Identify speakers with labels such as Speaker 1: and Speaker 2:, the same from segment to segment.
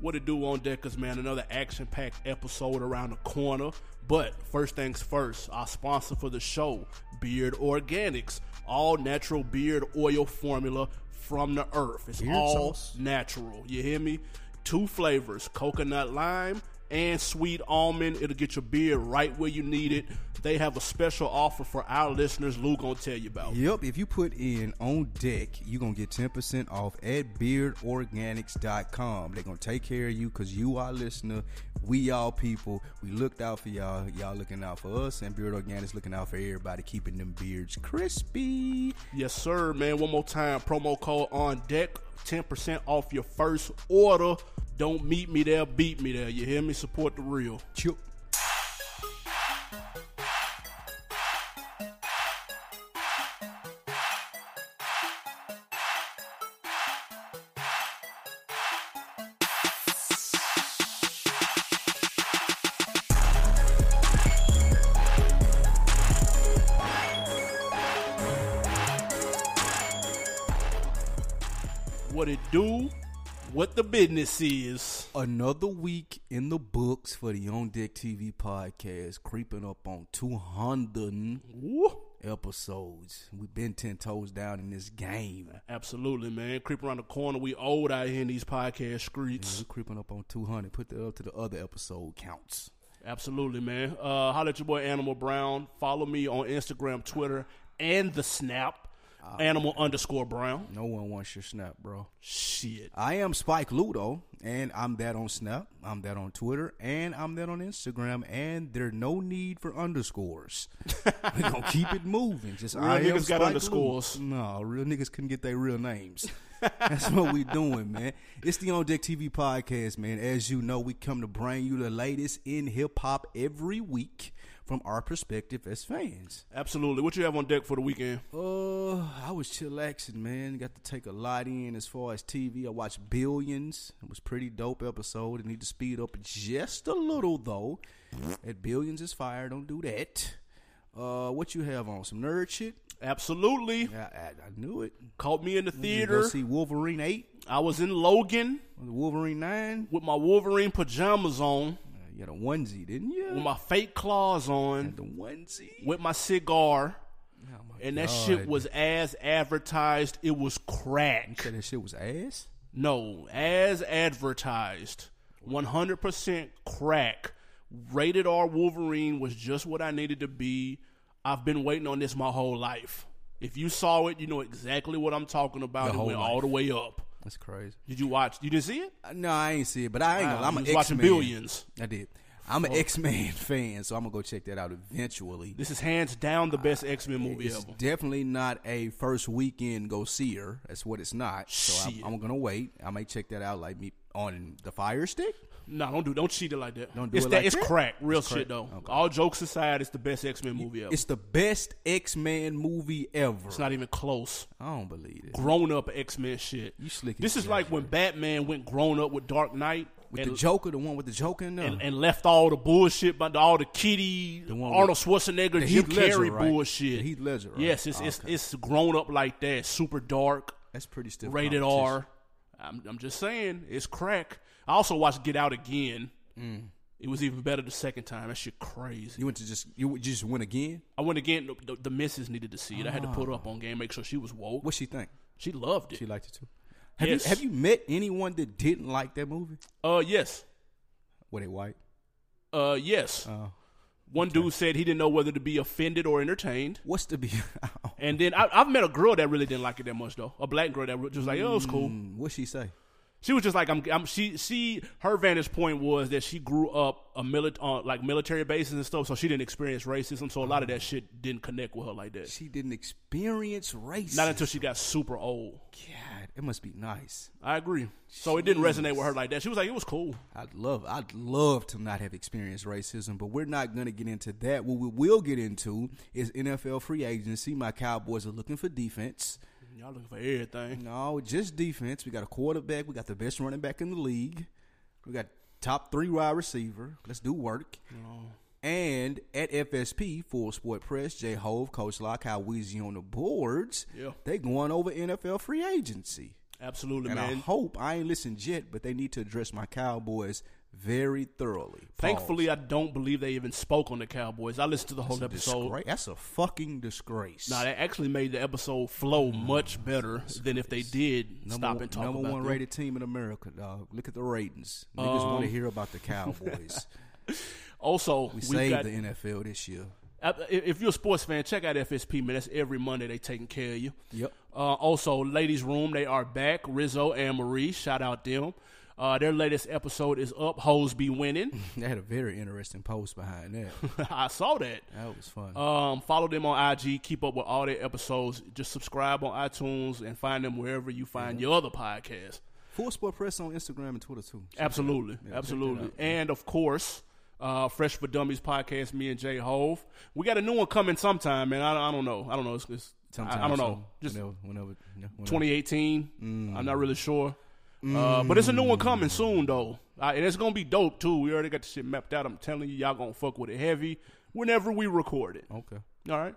Speaker 1: What it do on Deckers, man? Another action packed episode around the corner. But first things first, our sponsor for the show, Beard Organics, all natural beard oil formula from the earth. It's
Speaker 2: Beard
Speaker 1: all
Speaker 2: sauce?
Speaker 1: natural. You hear me? Two flavors coconut lime and sweet almond. It'll get your beard right where you need it. They have a special offer for our listeners. Lou gonna tell you about.
Speaker 2: Yep, if you put in on deck, you're going to get 10% off at beardorganics.com. They're going to take care of you because you are listener. We y'all people. We looked out for y'all. Y'all looking out for us, and Beard Organics looking out for everybody, keeping them beards crispy.
Speaker 1: Yes, sir, man. One more time. Promo code on deck. 10% off your first order. Don't meet me there, beat me there. You hear me? Support the real.
Speaker 2: Chip.
Speaker 1: What it do, what the business is.
Speaker 2: Another week in the books for the On Deck TV podcast, creeping up on 200
Speaker 1: Woo.
Speaker 2: episodes. We've been 10 toes down in this game.
Speaker 1: Absolutely, man. Creep around the corner. We old out here in these podcast
Speaker 2: We're
Speaker 1: streets.
Speaker 2: creeping up on 200. Put that up to the other episode counts.
Speaker 1: Absolutely, man. Uh, holla at your boy Animal Brown. Follow me on Instagram, Twitter, and the Snap.
Speaker 2: Ah.
Speaker 1: Animal underscore Brown.
Speaker 2: No one wants your snap, bro.
Speaker 1: Shit.
Speaker 2: I am Spike Ludo, and I'm that on Snap. I'm that on Twitter, and I'm that on Instagram. And there no need for underscores. we gonna keep it moving. Just real I am
Speaker 1: niggas got
Speaker 2: Spike
Speaker 1: underscores.
Speaker 2: Ludo. No, real niggas couldn't get their real names. That's what we doing, man. It's the On Deck TV podcast, man. As you know, we come to bring you the latest in hip hop every week from our perspective as fans.
Speaker 1: Absolutely. What you have on deck for the weekend?
Speaker 2: Uh, I was chillaxing, man. Got to take a lot in as far as TV. I watched Billions. It was pretty dope episode. I need to speed up just a little though. At Billions is fire. Don't do that. Uh, what you have on some nerd shit?
Speaker 1: Absolutely.
Speaker 2: I, I, I knew it.
Speaker 1: Caught me in the
Speaker 2: You go
Speaker 1: theater.
Speaker 2: see Wolverine eight,
Speaker 1: I was in Logan
Speaker 2: Wolverine nine.
Speaker 1: with my Wolverine pajamas on,
Speaker 2: Uh, you had a onesie, didn't
Speaker 1: with
Speaker 2: you?
Speaker 1: my fake claws on,
Speaker 2: The onesie.
Speaker 1: with my cigar,
Speaker 2: Oh my
Speaker 1: and that
Speaker 2: God.
Speaker 1: shit was as advertised. It was crack.
Speaker 2: Said that shit was ass.
Speaker 1: No, as advertised. 100% crack. Rated R Wolverine was just what I needed to be. I've been waiting on this my whole life. If you saw it, you know exactly what I'm talking about. It
Speaker 2: whole
Speaker 1: went
Speaker 2: life.
Speaker 1: all the way up.
Speaker 2: That's crazy.
Speaker 1: Did you watch? You didn't see it?
Speaker 2: Uh, No, I ain't see it, but I ain't. gonna- I'm
Speaker 1: You
Speaker 2: an
Speaker 1: was watching
Speaker 2: X-Man.
Speaker 1: Billions.
Speaker 2: I did. I'm an X Men fan, so I'm gonna go check that out eventually.
Speaker 1: This is hands down the best X Men movie
Speaker 2: Ah, It's
Speaker 1: ever.
Speaker 2: definitely not a first weekend go see her. That's what it's not. So
Speaker 1: Shit.
Speaker 2: I'm, I'm gonna wait. I may check that out, like me on the Fire Stick.
Speaker 1: No, don't do don't cheat it like that.
Speaker 2: Don't do
Speaker 1: it's
Speaker 2: it
Speaker 1: that,
Speaker 2: like
Speaker 1: it's
Speaker 2: that?
Speaker 1: crack, real shit though. All jokes aside, it's the best X Men movie ever. It's,
Speaker 2: It's the best X Men movie ever.
Speaker 1: not even close.
Speaker 2: I don't believe it.
Speaker 1: Grown up X Men shit.
Speaker 2: You slick as
Speaker 1: This is
Speaker 2: shit.
Speaker 1: like when Batman went grown up with Dark Knight
Speaker 2: With
Speaker 1: and,
Speaker 2: the Joker, the one with the Joker in there.
Speaker 1: and, and left all the bullshit about all the kitty
Speaker 2: one
Speaker 1: Arnold Schwarzenegger
Speaker 2: the
Speaker 1: Jim
Speaker 2: Heath Ledger,
Speaker 1: Carrey
Speaker 2: right?
Speaker 1: bullshit.
Speaker 2: The Heath Ledger, right?
Speaker 1: Yes, it's
Speaker 2: Oh,
Speaker 1: it's it's grown up like that. Super dark,
Speaker 2: That's pretty stiff.
Speaker 1: rated
Speaker 2: competition.
Speaker 1: R. I'm I'm just saying it's crack. I also watched Get Out again.
Speaker 2: Mm.
Speaker 1: It was even better the second time. That shit crazy.
Speaker 2: You went to just you, you just went again.
Speaker 1: I went again. The, the, the missus needed to see it. I had to put her up on game, make sure she was woke.
Speaker 2: Ah. What she think?
Speaker 1: She loved it.
Speaker 2: She liked it too. Have
Speaker 1: Yes.
Speaker 2: you have you met anyone that didn't like that movie?
Speaker 1: uh, yes.
Speaker 2: Were they white?
Speaker 1: Uh, yes.
Speaker 2: Oh.
Speaker 1: One dude said he didn't know whether to be offended or entertained.
Speaker 2: What's the be?
Speaker 1: And then I, I've met a girl that really didn't like it that much though. A black girl that was just like, oh, it's cool.
Speaker 2: what Mm, she say?
Speaker 1: She was just like, I'm, I'm. She, she, her vantage point was that she grew up a milit- uh, like military bases and stuff, so she didn't experience racism. So a lot of that shit didn't connect with her like that.
Speaker 2: She didn't experience race.
Speaker 1: Not until she got super old.
Speaker 2: God, it must be nice.
Speaker 1: I agree. So it didn't resonate with her like that. She was like, it was cool.
Speaker 2: I'd love, I'd love to not have experienced racism, but we're not gonna get into that. What we will get into is NFL free agency. My Cowboys are looking for defense.
Speaker 1: Y'all looking for everything.
Speaker 2: No, just defense. We got a quarterback. We got the best running back in the league. We got top three wide receiver. Let's do work. And at FSP, Full Sport Press, J Hove, Coach Locke, How Weezy on the boards.
Speaker 1: Yeah.
Speaker 2: They going over NFL free agency.
Speaker 1: Absolutely,
Speaker 2: And I
Speaker 1: man.
Speaker 2: hope I ain't listened yet, but they need to address my Cowboys very thoroughly. Pause.
Speaker 1: Thankfully, I don't believe they even spoke on the Cowboys. I listened to the whole episode.
Speaker 2: Disgra- that's a fucking disgrace.
Speaker 1: Now, that actually made the episode flow much better than if they did stop
Speaker 2: one,
Speaker 1: and talk
Speaker 2: number
Speaker 1: about
Speaker 2: one
Speaker 1: them. Um,
Speaker 2: rated team in America, dog. Look at the ratings. Niggas want to hear about the Cowboys.
Speaker 1: Also,
Speaker 2: we
Speaker 1: we have
Speaker 2: saved
Speaker 1: got
Speaker 2: the NFL this year.
Speaker 1: Uh, if if you're a sports fan, check out FSP, man. That's every Monday they taking care of you.
Speaker 2: Yep.
Speaker 1: Uh, also, Ladies Room, they are back. Rizzo and Marie, shout out them. Uh, their latest episode is up. Hoes be winning.
Speaker 2: They had a very interesting post behind that.
Speaker 1: I saw that.
Speaker 2: that was fun.
Speaker 1: Um, follow them on IG. Keep up with all their episodes. Just subscribe on iTunes and find them wherever you find your other podcasts.
Speaker 2: Full Sport Press on Instagram and Twitter too.
Speaker 1: Absolutely, absolutely, and of course, uh, Fresh for Dummies podcast. Me and Jay Hove. We got a new one coming sometime, man. I, I don't know. I don't know. It's, it's I, I don't know. Just
Speaker 2: whenever, whenever, you know, whenever.
Speaker 1: 2018.
Speaker 2: Mm.
Speaker 1: I'm not really sure. Uh, but it's a new one coming soon, though. Uh, and it's going to be dope, too. We already got the shit mapped out. I'm telling you, y'all going to fuck with it heavy whenever we record it.
Speaker 2: Okay.
Speaker 1: All right.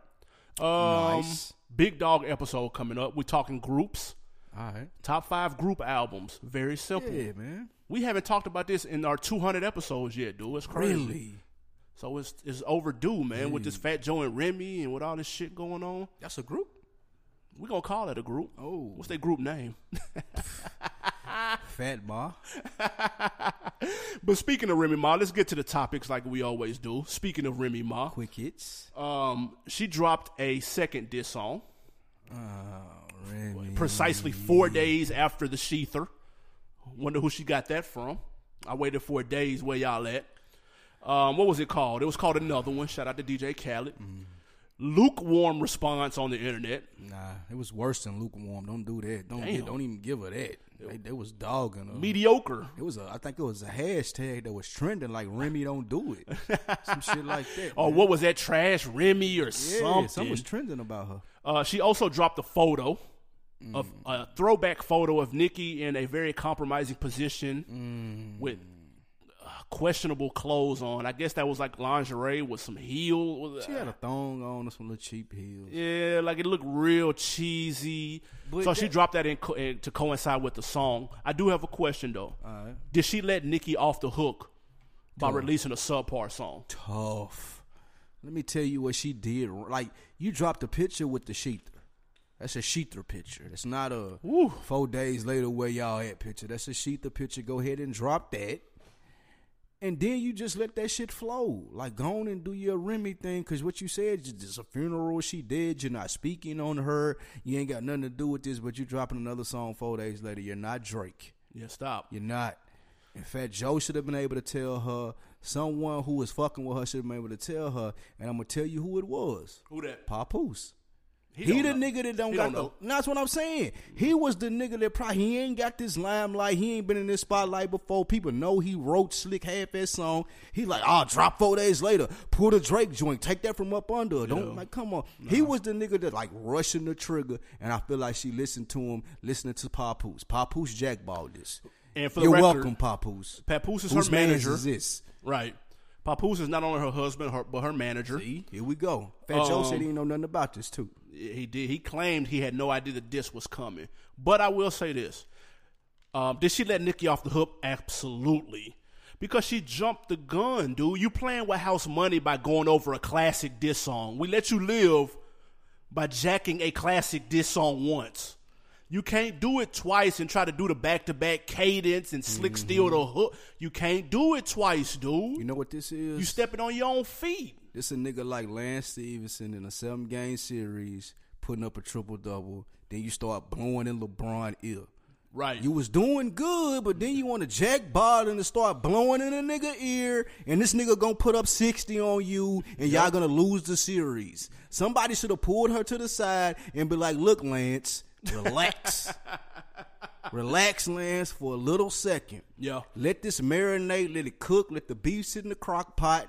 Speaker 1: Um,
Speaker 2: Nice.
Speaker 1: Big Dog episode coming up. We're talking groups,
Speaker 2: All right.
Speaker 1: top five group albums. Very simple.
Speaker 2: Yeah, man.
Speaker 1: We haven't talked about this in our 200 episodes yet, dude. It's crazy. So it's, it's overdue, man, with this Fat Joe and Remy and with all this shit going on.
Speaker 2: That's a group.
Speaker 1: We're going to call it a group.
Speaker 2: Oh,
Speaker 1: What's their group name?
Speaker 2: Fat Ma.
Speaker 1: But speaking of Remy Ma, let's get to the topics like we always do. Speaking of Remy Ma,
Speaker 2: Quick hits.
Speaker 1: um, she dropped a second diss song
Speaker 2: Oh, Remy.
Speaker 1: precisely four days after the Sheether. Wonder who she got that from. I waited four days. Where y'all at? Um, what was it called? It was called another one. Shout out to DJ Khaled. Lukewarm response on the internet.
Speaker 2: Nah, it was worse than lukewarm. Don't do that. Don't
Speaker 1: Damn.
Speaker 2: don't even give her that. They, they was dogging her.
Speaker 1: Mediocre.
Speaker 2: It was a. I think it was a hashtag that was trending like Remy don't do it. Some shit like that.
Speaker 1: Or
Speaker 2: man.
Speaker 1: what was that trash Remy or
Speaker 2: yeah,
Speaker 1: something?
Speaker 2: something was trending about her.
Speaker 1: Uh, she also dropped a photo of
Speaker 2: Mm.
Speaker 1: a throwback photo of Nikki in a very compromising position
Speaker 2: Mm.
Speaker 1: with uh, questionable clothes on. I guess that was like lingerie with some heel. was-
Speaker 2: She had a thong on and some little cheap heels.
Speaker 1: yeah, like it looked real cheesy.
Speaker 2: But
Speaker 1: so she
Speaker 2: that-
Speaker 1: dropped that in co- in, to coincide with the song. I do have a question though.
Speaker 2: Alright.
Speaker 1: Did she let Nikki off the hook by releasing a subpar song?
Speaker 2: tough. Let me tell you what she did. Like you dropped a picture with the sheether. That's a sheether picture. That's not a
Speaker 1: Woo.
Speaker 2: four days later where y'all at picture. That's a sheether picture. Go ahead and drop that. And then you just let that shit flow. Like go on and do your Remy thing. Cause what you said is just a funeral she did. You're not speaking on her. You ain't got nothing to do with this, but you dropping another song four days later. You're not Drake.
Speaker 1: Yeah, stop.
Speaker 2: You're not. In fact, Joe should have been able to tell her. Someone who was fucking with her should have been able to tell her. And I'm gonna tell you who it was.
Speaker 1: Who that?
Speaker 2: Papoose. He,
Speaker 1: don't
Speaker 2: the
Speaker 1: know.
Speaker 2: nigga that don't
Speaker 1: He
Speaker 2: got
Speaker 1: don't know.
Speaker 2: the. That's what I'm saying. He was the nigga that probably he ain't got this limelight. He ain't been in this spotlight before. People know he wrote slick half ass song. He like, oh, drop four days later. Pull the Drake joint. Take that from up under. Don't like, come on. He was the nigga that like rushing the trigger. And I feel like she listened to him, listening to Papoose. Papoose jackballed this.
Speaker 1: And for the
Speaker 2: You're
Speaker 1: record,
Speaker 2: welcome, Papoose.
Speaker 1: Papoose is
Speaker 2: Whose
Speaker 1: her
Speaker 2: man
Speaker 1: manager.
Speaker 2: is this?
Speaker 1: Right. Papoose is not only her husband, her, but her manager.
Speaker 2: Here we go. Fat Joe
Speaker 1: Um,
Speaker 2: said he didn't know nothing about this too.
Speaker 1: He did. He claimed he had no idea that this was coming. But I will say this: um, Did she let Nikki off the hook? Absolutely, because she jumped the gun, dude. You playing with house money by going over a classic diss song. We let you live by jacking a classic diss song once. You can't do it twice and try to do the back to back cadence and slick steal the hook. You can't do it twice, dude.
Speaker 2: Mm-hmm. You know what this is?
Speaker 1: you stepping on your own feet.
Speaker 2: This a nigga like Lance Stevenson in a seven game series putting up a triple double. Then you start blowing in LeBron ear.
Speaker 1: Right.
Speaker 2: You was doing good, but then you want to jack bottom and start blowing in a nigga ear, and this nigga gonna put up sixty on you, and y'all gonna lose the series. Somebody should have pulled her to the side and be like, "Look, Lance, relax, relax, Lance, for a little second.
Speaker 1: Yeah.
Speaker 2: Let this marinate, let it cook, let the beef sit in the crock pot,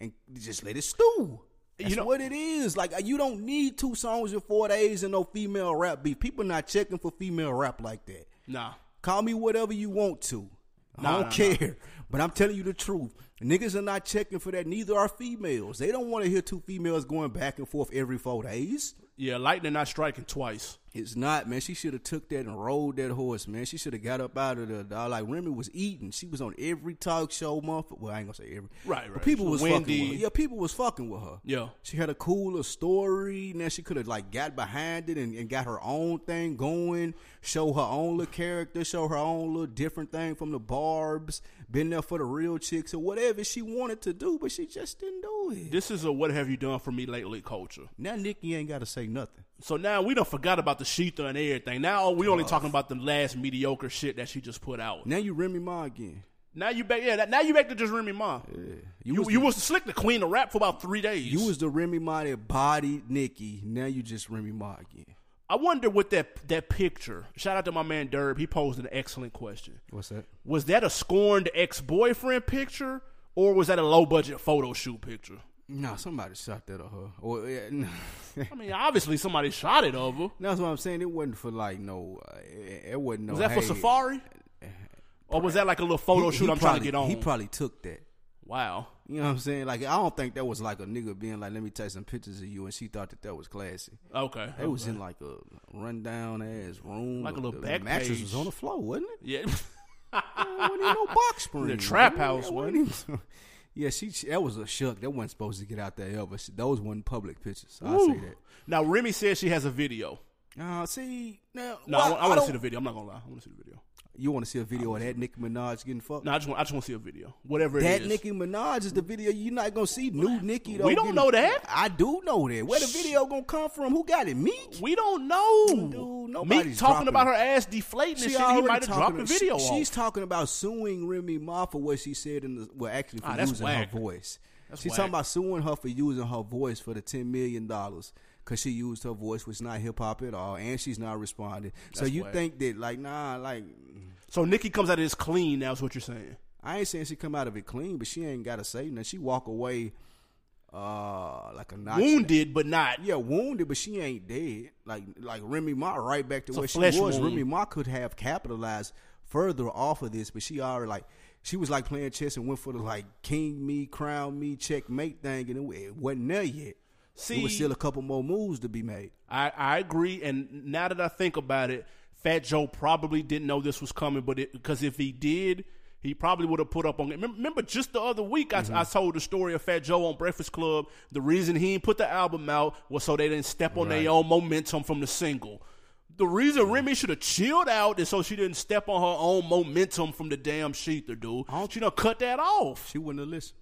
Speaker 2: and just let it stew. That's
Speaker 1: You know-
Speaker 2: what it is. Like uh, you don't need two songs in four days and no female rap beef. People not checking for female rap like that.
Speaker 1: Nah.
Speaker 2: Call me whatever you want to. I
Speaker 1: Nah,
Speaker 2: don't
Speaker 1: nah,
Speaker 2: care. But I'm telling you the truth. Niggas are not checking for that. Neither are females. They don't want to hear two females going back and forth every four days.
Speaker 1: Yeah, lightning not striking twice.
Speaker 2: It's not, man. She should have took that and rolled that horse, man. She should have got up out of there. Dog. Like Remy was eating. She was on every talk show, motherfucker. Well, I ain't gonna say every.
Speaker 1: Right,
Speaker 2: But
Speaker 1: right.
Speaker 2: people was
Speaker 1: Wendy.
Speaker 2: fucking with her. Yeah, people was fucking with her.
Speaker 1: Yeah.
Speaker 2: She had a cooler story. Now she could have like got behind it and, and got her own thing going. Show her own little character. Show her own little different thing from the Barb's. Been there for the real chicks or whatever she wanted to do, but she just didn't do it.
Speaker 1: This is a what have you done for me lately culture.
Speaker 2: Now Nikki ain't got to say nothing.
Speaker 1: So now we don't forgot about the Sheetha and everything. Now we only talking about the last mediocre shit that she just put out.
Speaker 2: Now you Remy Ma again.
Speaker 1: Now you back, yeah. that- Now you back to just Remy Ma. You, you, was, slick the queen of rap for about three days.
Speaker 2: You was the Remy Ma that bodied Nikki. Now you just Remy Ma again.
Speaker 1: I wonder what that that picture. Shout out to my man Derb. He posed an excellent question.
Speaker 2: What's that?
Speaker 1: Was that a scorned ex boyfriend picture, or was that a low budget photo shoot picture?
Speaker 2: Nah, somebody shot that at her. Or yeah, nah.
Speaker 1: I mean, obviously somebody shot it of her.
Speaker 2: that's what I'm saying. It wasn't for like no. Uh, it it wasn't no.
Speaker 1: Was that for
Speaker 2: hey,
Speaker 1: Safari, or was that like a little
Speaker 2: he-
Speaker 1: photo
Speaker 2: he
Speaker 1: shoot? I'm trying to
Speaker 2: probably-
Speaker 1: get on.
Speaker 2: He probably took that.
Speaker 1: wow.
Speaker 2: You know what I'm saying? Like I don't think that was like a nigga being like, "Let me take some pictures of you," and she thought that that was classy.
Speaker 1: Okay.
Speaker 2: It was in like a rundown ass room.
Speaker 1: Like a little
Speaker 2: The
Speaker 1: back
Speaker 2: mattress
Speaker 1: page.
Speaker 2: was on the floor, wasn't it?
Speaker 1: Yeah.
Speaker 2: It wasn't even no box spring.
Speaker 1: The trap
Speaker 2: man.
Speaker 1: house
Speaker 2: It
Speaker 1: one.
Speaker 2: wasn't even- Yeah, she, she- that was a shuck. That wasn't supposed to get out there ever. She- Those wasn't public pictures. I say that.
Speaker 1: now Remy says she has a video.
Speaker 2: Uh, see now,
Speaker 1: No, I,
Speaker 2: why-
Speaker 1: want, I want to
Speaker 2: don't-
Speaker 1: see the video. I'm not gonna lie. I want to see the video.
Speaker 2: You want to see a video of that Nicki Minaj getting fucked?
Speaker 1: No, I just want. I just want to see a video. Whatever
Speaker 2: that
Speaker 1: it is.
Speaker 2: Nicki Minaj is the video. You're not gonna see new Nicki. Though,
Speaker 1: We don't
Speaker 2: getting-
Speaker 1: know that.
Speaker 2: I do know that. Where the video gonna come from? Who got it? Meek.
Speaker 1: we don't know.
Speaker 2: Dude,
Speaker 1: Meek
Speaker 2: nobody's
Speaker 1: talking
Speaker 2: dropping-
Speaker 1: about her ass deflating and shit. He
Speaker 2: already
Speaker 1: might have dropped
Speaker 2: talking-
Speaker 1: the video.
Speaker 2: she-
Speaker 1: off.
Speaker 2: She's talking about suing Remy Ma for what she said in the well, actually for
Speaker 1: Ah, that's
Speaker 2: using
Speaker 1: whack.
Speaker 2: her voice.
Speaker 1: That's
Speaker 2: she's
Speaker 1: whack.
Speaker 2: talking about suing her for using her voice for the ten million dollars because she used her voice, which is not hip hop at all, and she's not responding. so you
Speaker 1: whack.
Speaker 2: think that like nah, like
Speaker 1: so Nikki comes out of this clean. Now is what you're saying.
Speaker 2: I ain't saying she come out of it clean, but she ain't got to say nothing. She walk away uh like a notch.
Speaker 1: Wounded, but not.
Speaker 2: Yeah, wounded, but she ain't dead. Like like Remy Ma, right back to
Speaker 1: a
Speaker 2: where she
Speaker 1: flesh
Speaker 2: was.
Speaker 1: wound.
Speaker 2: Remy Ma could have capitalized further off of this, but she already like she was like playing chess and went for the like king me, crown me, checkmate thing, and it, it wasn't there yet.
Speaker 1: See,
Speaker 2: There was still a couple more moves to be made.
Speaker 1: I, I agree. And now that I think about it, Fat Joe probably didn't know this was coming, but it, because if he did, he probably would have put up on. Remember, remember just the other week, I, I told the story of Fat Joe on Breakfast Club. The reason he didn't put the album out was so they didn't step on their own momentum from the single. The reason Remy should have chilled out is so she didn't step on her own momentum from the damn sheether, dude. She done cut that off.
Speaker 2: She wouldn't have listened.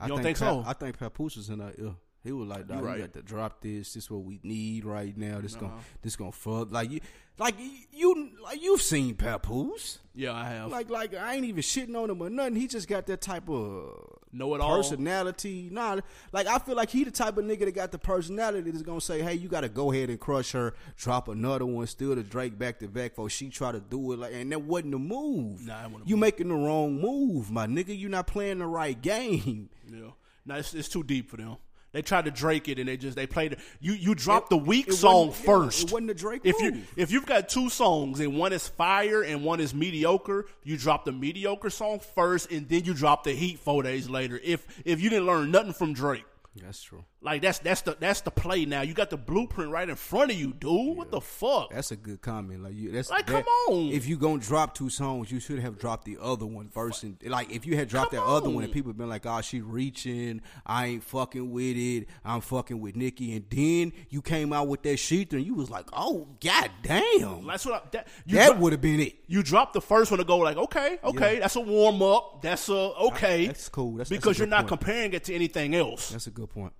Speaker 2: I
Speaker 1: You don't think so?
Speaker 2: I think Papoose was in her ear. He was like,
Speaker 1: right.
Speaker 2: "Dawg,
Speaker 1: Uh-huh.
Speaker 2: "You got to drop this. This what we need right now. This gonna, this gonna fuck like you, like you, like you've seen Papoose."
Speaker 1: Yeah, I have.
Speaker 2: Like, like I ain't even shitting on him or nothing. He just got that type of
Speaker 1: know it all.
Speaker 2: personality. Nah, like I feel like he the type of nigga that got the personality that's gonna say, "Hey, you gotta go ahead and crush her, drop another one, steal the Drake back to back for she try to do it." Like, and that wasn't the move.
Speaker 1: Nah, it wasn't the
Speaker 2: you making the wrong move, my nigga. You not playing the right game.
Speaker 1: Yeah. No, it's, it's too deep for them. They tried to Drake it, and they just they played. it. You you dropped the weak
Speaker 2: it
Speaker 1: song
Speaker 2: wasn't- yeah, it
Speaker 1: first.
Speaker 2: wasn't a Drake
Speaker 1: If you
Speaker 2: move.
Speaker 1: if you've got two songs and one is fire and one is mediocre, you drop the mediocre song first, and then you drop the heat four days later. If if you didn't learn nothing from Drake,
Speaker 2: That's true.
Speaker 1: like that's that's the that's the play now. You got the blueprint right in front of you, dude. What the fuck?
Speaker 2: That's a good comment. Like you, that's
Speaker 1: Like,
Speaker 2: that-
Speaker 1: come on.
Speaker 2: If you gonna drop two songs, you should have dropped the other one first. And like, if you had dropped that other one, and people been like, "Oh, she reaching. I ain't fucking with it. I'm fucking with Nikki." And then you came out with that shit, and you was like, "Oh, goddamn,
Speaker 1: That's what I, that you
Speaker 2: that
Speaker 1: dro-
Speaker 2: would have been it."
Speaker 1: you drop the first one to go like, okay, okay, that's a warm up. That's a okay.
Speaker 2: That's cool. That's- that's a
Speaker 1: because you're
Speaker 2: good
Speaker 1: not
Speaker 2: point.
Speaker 1: comparing it to anything else.
Speaker 2: That's a good point.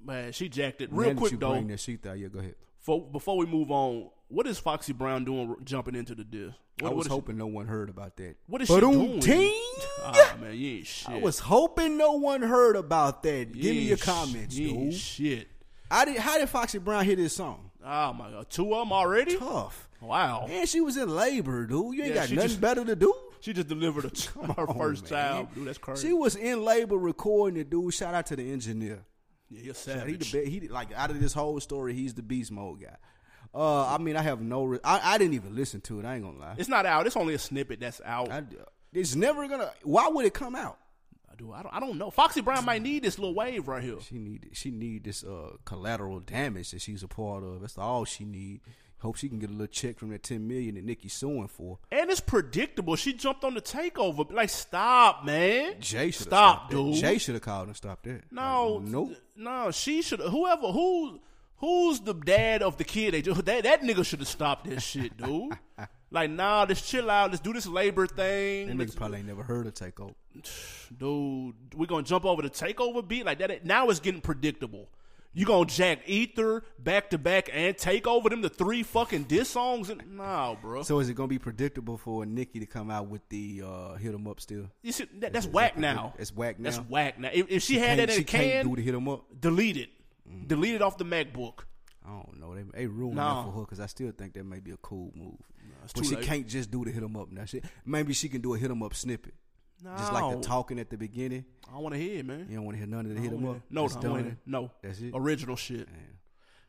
Speaker 1: Man, she jacked it
Speaker 2: Now
Speaker 1: real
Speaker 2: that you
Speaker 1: quick though.
Speaker 2: bring that shit out. Yeah, go ahead.
Speaker 1: For, before we move on, what is Foxy Brown doing r- jumping into the disc? What,
Speaker 2: I
Speaker 1: what
Speaker 2: was
Speaker 1: is
Speaker 2: hoping no one heard about that.
Speaker 1: What is she doing?
Speaker 2: Ba-doom-ting.
Speaker 1: She, ah man, you ain't shit.
Speaker 2: I was hoping no one heard about that.
Speaker 1: You
Speaker 2: Give me
Speaker 1: ain't
Speaker 2: your
Speaker 1: sh-
Speaker 2: comments,
Speaker 1: you ain't
Speaker 2: dude.
Speaker 1: Shit.
Speaker 2: I did, how did Foxy Brown hear this song?
Speaker 1: Oh my god, two of them already.
Speaker 2: Tough.
Speaker 1: Wow.
Speaker 2: And she was in labor, dude. You ain't
Speaker 1: Oh. Yeah,
Speaker 2: got
Speaker 1: she
Speaker 2: nothing
Speaker 1: just-
Speaker 2: better to do.
Speaker 1: She just delivered a ch- her
Speaker 2: Oh,
Speaker 1: first
Speaker 2: man.
Speaker 1: child. Dude, that's crazy.
Speaker 2: She was in labor recording it, dude. Shout out to the engineer.
Speaker 1: yeah, you're
Speaker 2: He the
Speaker 1: savage.
Speaker 2: be- he like out of this whole story, he's the beast mode guy. Uh, I mean, I have no. Re- I, I didn't even listen to it. I ain't gonna lie.
Speaker 1: It's not out. It's only a snippet that's out. I,
Speaker 2: I, it's never gonna. Why would it come out?
Speaker 1: do. I don't. I don't know. Foxy Brown might need this little wave right here.
Speaker 2: She need. She need this uh collateral damage that she's a part of. That's all she need. Hope she can get a little check from that ten million that Nikki's suing for.
Speaker 1: And it's predictable. She jumped on the takeover. Like, stop, man.
Speaker 2: Jay should
Speaker 1: Stop, dude.
Speaker 2: Jay should have called and stopped that.
Speaker 1: No,
Speaker 2: Like, nope.
Speaker 1: no. She should. Whoever who who's the dad of the kid? They just, that that nigga should have stopped that shit, dude. like, nah, let's chill out. Let's do this labor
Speaker 2: That
Speaker 1: thing,
Speaker 2: nigga probably ain't never heard of takeover.
Speaker 1: dude. We're gonna jump over the takeover beat like that. Now it's getting predictable. You gonna jack Ether back to back and take over them the three fucking diss songs? And, nah, bro.
Speaker 2: So is it gonna be predictable for Nikki to come out with the uh, hit 'em up still?
Speaker 1: you see, that, that's whack now.
Speaker 2: It's whack now.
Speaker 1: That's whack now. If, if she, had that
Speaker 2: Can't-
Speaker 1: in
Speaker 2: she
Speaker 1: a can,
Speaker 2: can't do Mm-hmm. the hit 'em up.
Speaker 1: delete it. Delete it off the MacBook.
Speaker 2: I don't know. They, they ruined
Speaker 1: Nah.
Speaker 2: that for her because I still think that may be a cool move.
Speaker 1: it's
Speaker 2: but
Speaker 1: too
Speaker 2: she
Speaker 1: late.
Speaker 2: can't just do the hit 'em up now. She, maybe she can do a hit 'em up snippet, just like
Speaker 1: No.
Speaker 2: the talking at the beginning.
Speaker 1: I don't want to hear it, man.
Speaker 2: You don't want to hear none of the hit 'em up.
Speaker 1: No,
Speaker 2: It's
Speaker 1: no,
Speaker 2: done.
Speaker 1: wait, no.
Speaker 2: That's it?
Speaker 1: Original shit.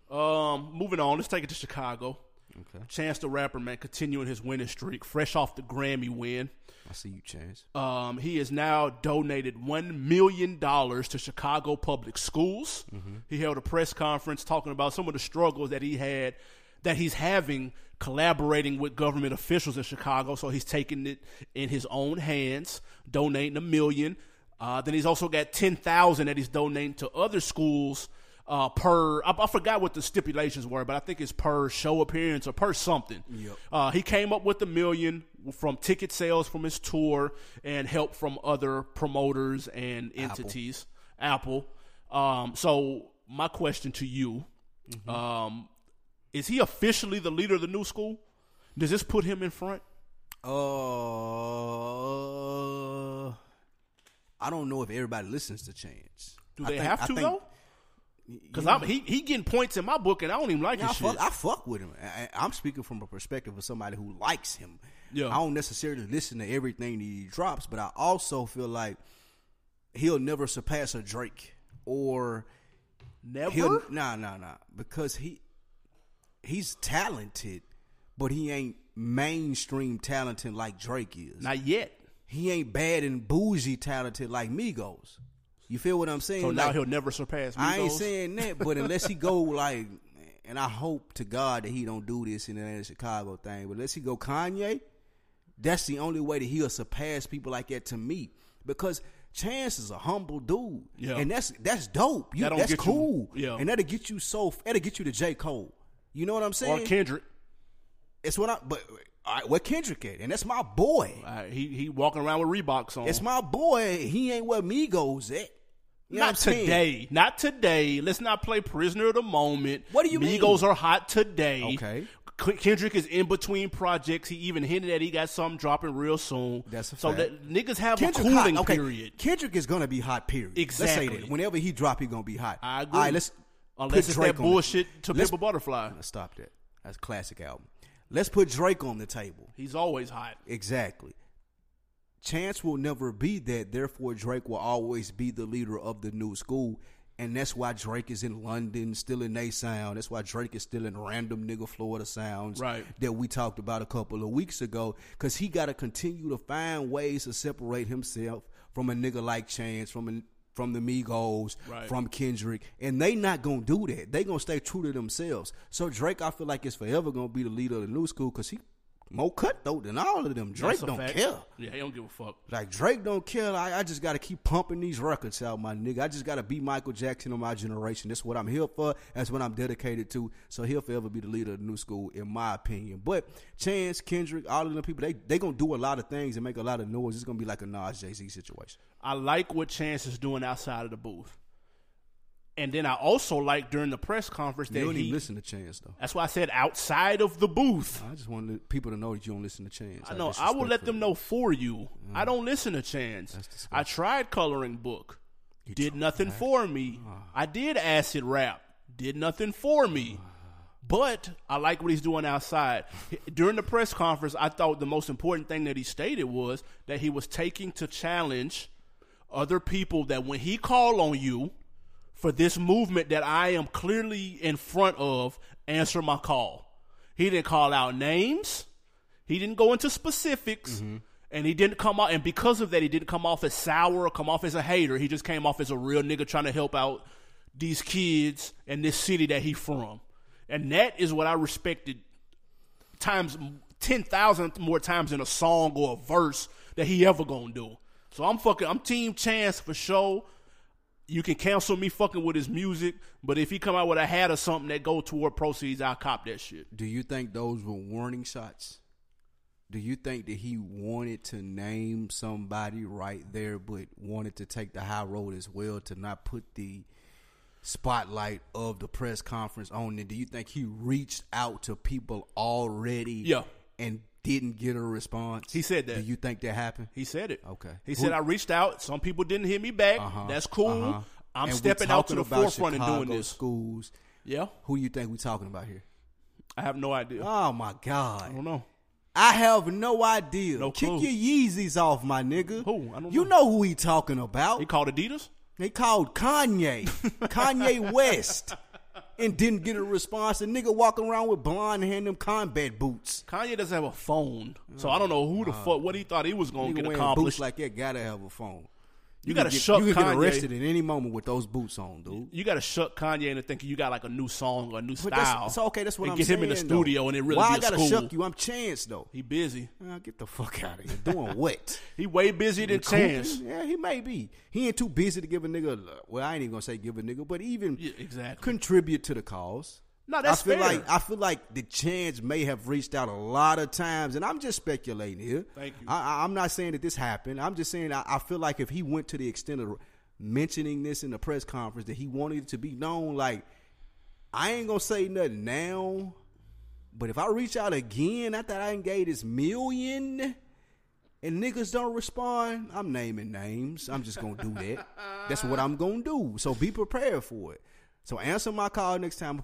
Speaker 1: Um, moving on. Let's take it to Chicago.
Speaker 2: Okay.
Speaker 1: Chance the Rapper, man, continuing his winning streak, fresh off the Grammy win.
Speaker 2: I see you, Chance.
Speaker 1: Um, he has now donated one million dollars to Chicago public schools. He held a press conference talking about some of the struggles that he had, that he's having collaborating with government officials in Chicago. So he's taking it in his own hands, donating a million. Uh, then he's also got ten thousand that he's donating to other schools uh, per. I, I forgot what the stipulations were, but I think it's per show appearance or per something. Uh, he came up with a million from ticket sales from his tour and help from other promoters and entities. Apple. Um, so my question to you
Speaker 2: Mm-hmm.
Speaker 1: um, is: He officially the leader of the new school? Does this put him in front?
Speaker 2: Uh, I don't know if everybody listens to Chance.
Speaker 1: Do
Speaker 2: I
Speaker 1: they
Speaker 2: think-
Speaker 1: have
Speaker 2: I
Speaker 1: to
Speaker 2: think-
Speaker 1: though? Because I'm he he getting points in my book, and I don't even like
Speaker 2: I
Speaker 1: his shit.
Speaker 2: fuck, I fuck with him. I, I'm speaking from a perspective of somebody who likes him.
Speaker 1: Yeah.
Speaker 2: I don't necessarily listen to everything that he drops, but I also feel like he'll never surpass a Drake or he'll
Speaker 1: Never.
Speaker 2: nah nah nah because he he's talented, but he ain't mainstream talented like Drake is.
Speaker 1: Not yet.
Speaker 2: he ain't bad and bougie talented like Migos. You feel what I'm saying?
Speaker 1: So now
Speaker 2: Like,
Speaker 1: he'll never surpass Migos.
Speaker 2: I ain't saying that, but unless he go like, and I hope to God that he don't do this in the Chicago thing, but unless he go Kanye, that's the only way that he'll surpass people like that to me because. Chance is a humble dude,
Speaker 1: Yeah.
Speaker 2: and that's that's dope. You,
Speaker 1: That don't
Speaker 2: that's
Speaker 1: get you-
Speaker 2: cool,
Speaker 1: yeah.
Speaker 2: and that'll get you so that'll get you to J Cole. You know what I'm
Speaker 1: or
Speaker 2: saying?
Speaker 1: Kendrick.
Speaker 2: it's what I but all right, where Kendrick at, and that's my boy.
Speaker 1: Uh, he he walking around with Reeboks on.
Speaker 2: It's my boy. He ain't where Migos at. You know what I'm
Speaker 1: not
Speaker 2: saying?
Speaker 1: today. Not today. Let's not play prisoner of the moment.
Speaker 2: What do you
Speaker 1: Migos
Speaker 2: mean?
Speaker 1: Migos are hot today.
Speaker 2: Okay.
Speaker 1: K- Kendrick is in between projects. He even hinted that he got something dropping real soon.
Speaker 2: That's a
Speaker 1: so
Speaker 2: fact.
Speaker 1: that niggas have
Speaker 2: Kendrick
Speaker 1: a cooling
Speaker 2: hot. Okay,
Speaker 1: period.
Speaker 2: Kendrick is gonna be hot. Period. Let's
Speaker 1: Exactly.
Speaker 2: say that. Whenever he drop, he gonna be hot.
Speaker 1: I agree.
Speaker 2: All right, let's
Speaker 1: Unless
Speaker 2: put
Speaker 1: it's
Speaker 2: Drake
Speaker 1: that
Speaker 2: on the-
Speaker 1: bullshit to
Speaker 2: let's-
Speaker 1: Pimp a Butterfly.
Speaker 2: Let's stop that. That's a classic album. Let's put Drake on the table.
Speaker 1: He's always hot.
Speaker 2: Exactly. Chance will never be that. Therefore, Drake will always be the leader of the new school. And that's why Drake is in London, still in they sound. That's why Drake is still in random nigga Florida sounds
Speaker 1: Right.
Speaker 2: that we talked about a couple of weeks ago. Because he got to continue to find ways to separate himself from a nigga like Chance, from a, from the Migos,
Speaker 1: Right.
Speaker 2: from Kendrick. And they not going to do that. They going to stay true to themselves. So Drake, I feel like, is forever going to be the leader of the new school because he more cutthroat than all of them. Drake
Speaker 1: That's a
Speaker 2: don't
Speaker 1: fact.
Speaker 2: care.
Speaker 1: Yeah, he don't give a fuck.
Speaker 2: Like Drake don't care. I, I just gotta keep pumping these records out, my nigga. I just gotta be Michael Jackson of my generation. That's what I'm here for. That's what I'm dedicated to. So he'll forever be the leader of the new school, in my opinion. But Chance, Kendrick, all of them people, they they gonna do a lot of things and make a lot of noise. It's gonna be like a Nas Jay Z situation.
Speaker 1: I like what Chance is doing outside of the booth. And then I also like during the press conference that
Speaker 2: They don't
Speaker 1: he.
Speaker 2: even listen to Chance though.
Speaker 1: That's why I said outside of the booth.
Speaker 2: I just want people to know that you don't listen to Chance.
Speaker 1: I
Speaker 2: Like,
Speaker 1: know.
Speaker 2: that's
Speaker 1: I will let
Speaker 2: respectful.
Speaker 1: them know for you. I don't listen to Chance. I tried coloring book. did nothing for me. I did acid rap. Did nothing for me. But I like what he's doing outside. During the press conference, I thought the most important thing that he stated was that he was taking to challenge other people that when he call on you for this movement that I am clearly in front of, answer my call. He didn't call out names. He didn't go into specifics. And he didn't come out, and because of that, he didn't come off as sour or come off as a hater. He just came off as a real nigga trying to help out these kids and this city that he from. And that is what I respected times ten thousand more times in a song or a verse that he ever gonna do. So I'm fucking I'm Team Chance for sure. You can cancel me fucking with his music, but if he come out with a hat or something that go toward proceeds, I'll cop that shit.
Speaker 2: Do you think those were warning shots? Do you think that he wanted to name somebody right there, but wanted to take the high road as well to not put the spotlight of the press conference on it? Do you think he reached out to people already?
Speaker 1: Yeah.
Speaker 2: And didn't get a response.
Speaker 1: He said that.
Speaker 2: Do you think that happened?
Speaker 1: He said it.
Speaker 2: Okay.
Speaker 1: He
Speaker 2: Who-
Speaker 1: said I reached out. Some people didn't hear me back. That's cool.
Speaker 2: Uh-huh.
Speaker 1: I'm
Speaker 2: And we
Speaker 1: stepping out to
Speaker 2: talking
Speaker 1: the
Speaker 2: about
Speaker 1: forefront and
Speaker 2: Chicago
Speaker 1: doing this.
Speaker 2: Schools.
Speaker 1: Yeah,
Speaker 2: Who you think we talking about here?
Speaker 1: I have no idea.
Speaker 2: Oh my
Speaker 1: I
Speaker 2: God!
Speaker 1: don't know.
Speaker 2: I have no idea.
Speaker 1: No
Speaker 2: Kick
Speaker 1: clue.
Speaker 2: your Yeezys off, my nigga.
Speaker 1: Who? I don't
Speaker 2: you know. who he talking about?
Speaker 1: He called Adidas.
Speaker 2: They called Kanye, Kanye West, and didn't get a response. The nigga walking around with blonde hair and them combat boots.
Speaker 1: Kanye doesn't have a phone, so I don't know who the fuck what he thought he was gonna
Speaker 2: Uh, Nigga
Speaker 1: get
Speaker 2: wearing boots
Speaker 1: accomplished.
Speaker 2: like that gotta have a phone.
Speaker 1: You gotta
Speaker 2: can get,
Speaker 1: shut
Speaker 2: You can get
Speaker 1: Kanye.
Speaker 2: arrested at any moment with those boots on, dude.
Speaker 1: you got to shut Kanye into thinking you got like a new song or a new
Speaker 2: But
Speaker 1: style.
Speaker 2: that's, so okay, that's what
Speaker 1: and
Speaker 2: I'm
Speaker 1: get
Speaker 2: saying.
Speaker 1: him in the
Speaker 2: though.
Speaker 1: studio and it really
Speaker 2: Why
Speaker 1: be a
Speaker 2: I gotta
Speaker 1: school.
Speaker 2: shuck you? I'm Chance though.
Speaker 1: He busy.
Speaker 2: Uh, get the fuck out of here. Doing what?
Speaker 1: He way busier than Chance.
Speaker 2: Cooping? Yeah, he may be. He ain't too busy to give a nigga. a- Well, I ain't even gonna say give a nigga, but even
Speaker 1: Yeah, exactly.
Speaker 2: contribute to the cause.
Speaker 1: No, that's
Speaker 2: I feel
Speaker 1: fair.
Speaker 2: like I feel like the chance may have reached out a lot of times, and I'm just speculating here.
Speaker 1: Thank you.
Speaker 2: I, I, I'm not saying that this happened. I'm just saying I, I feel like if he went to the extent of mentioning this in the press conference, that he wanted it to be known. Like I ain't gonna say nothing now, but if I reach out again after I done gave this million and niggas don't respond, I'm naming names. I'm just gonna do that. That's what I'm gonna do. So be prepared for it. So answer my call next time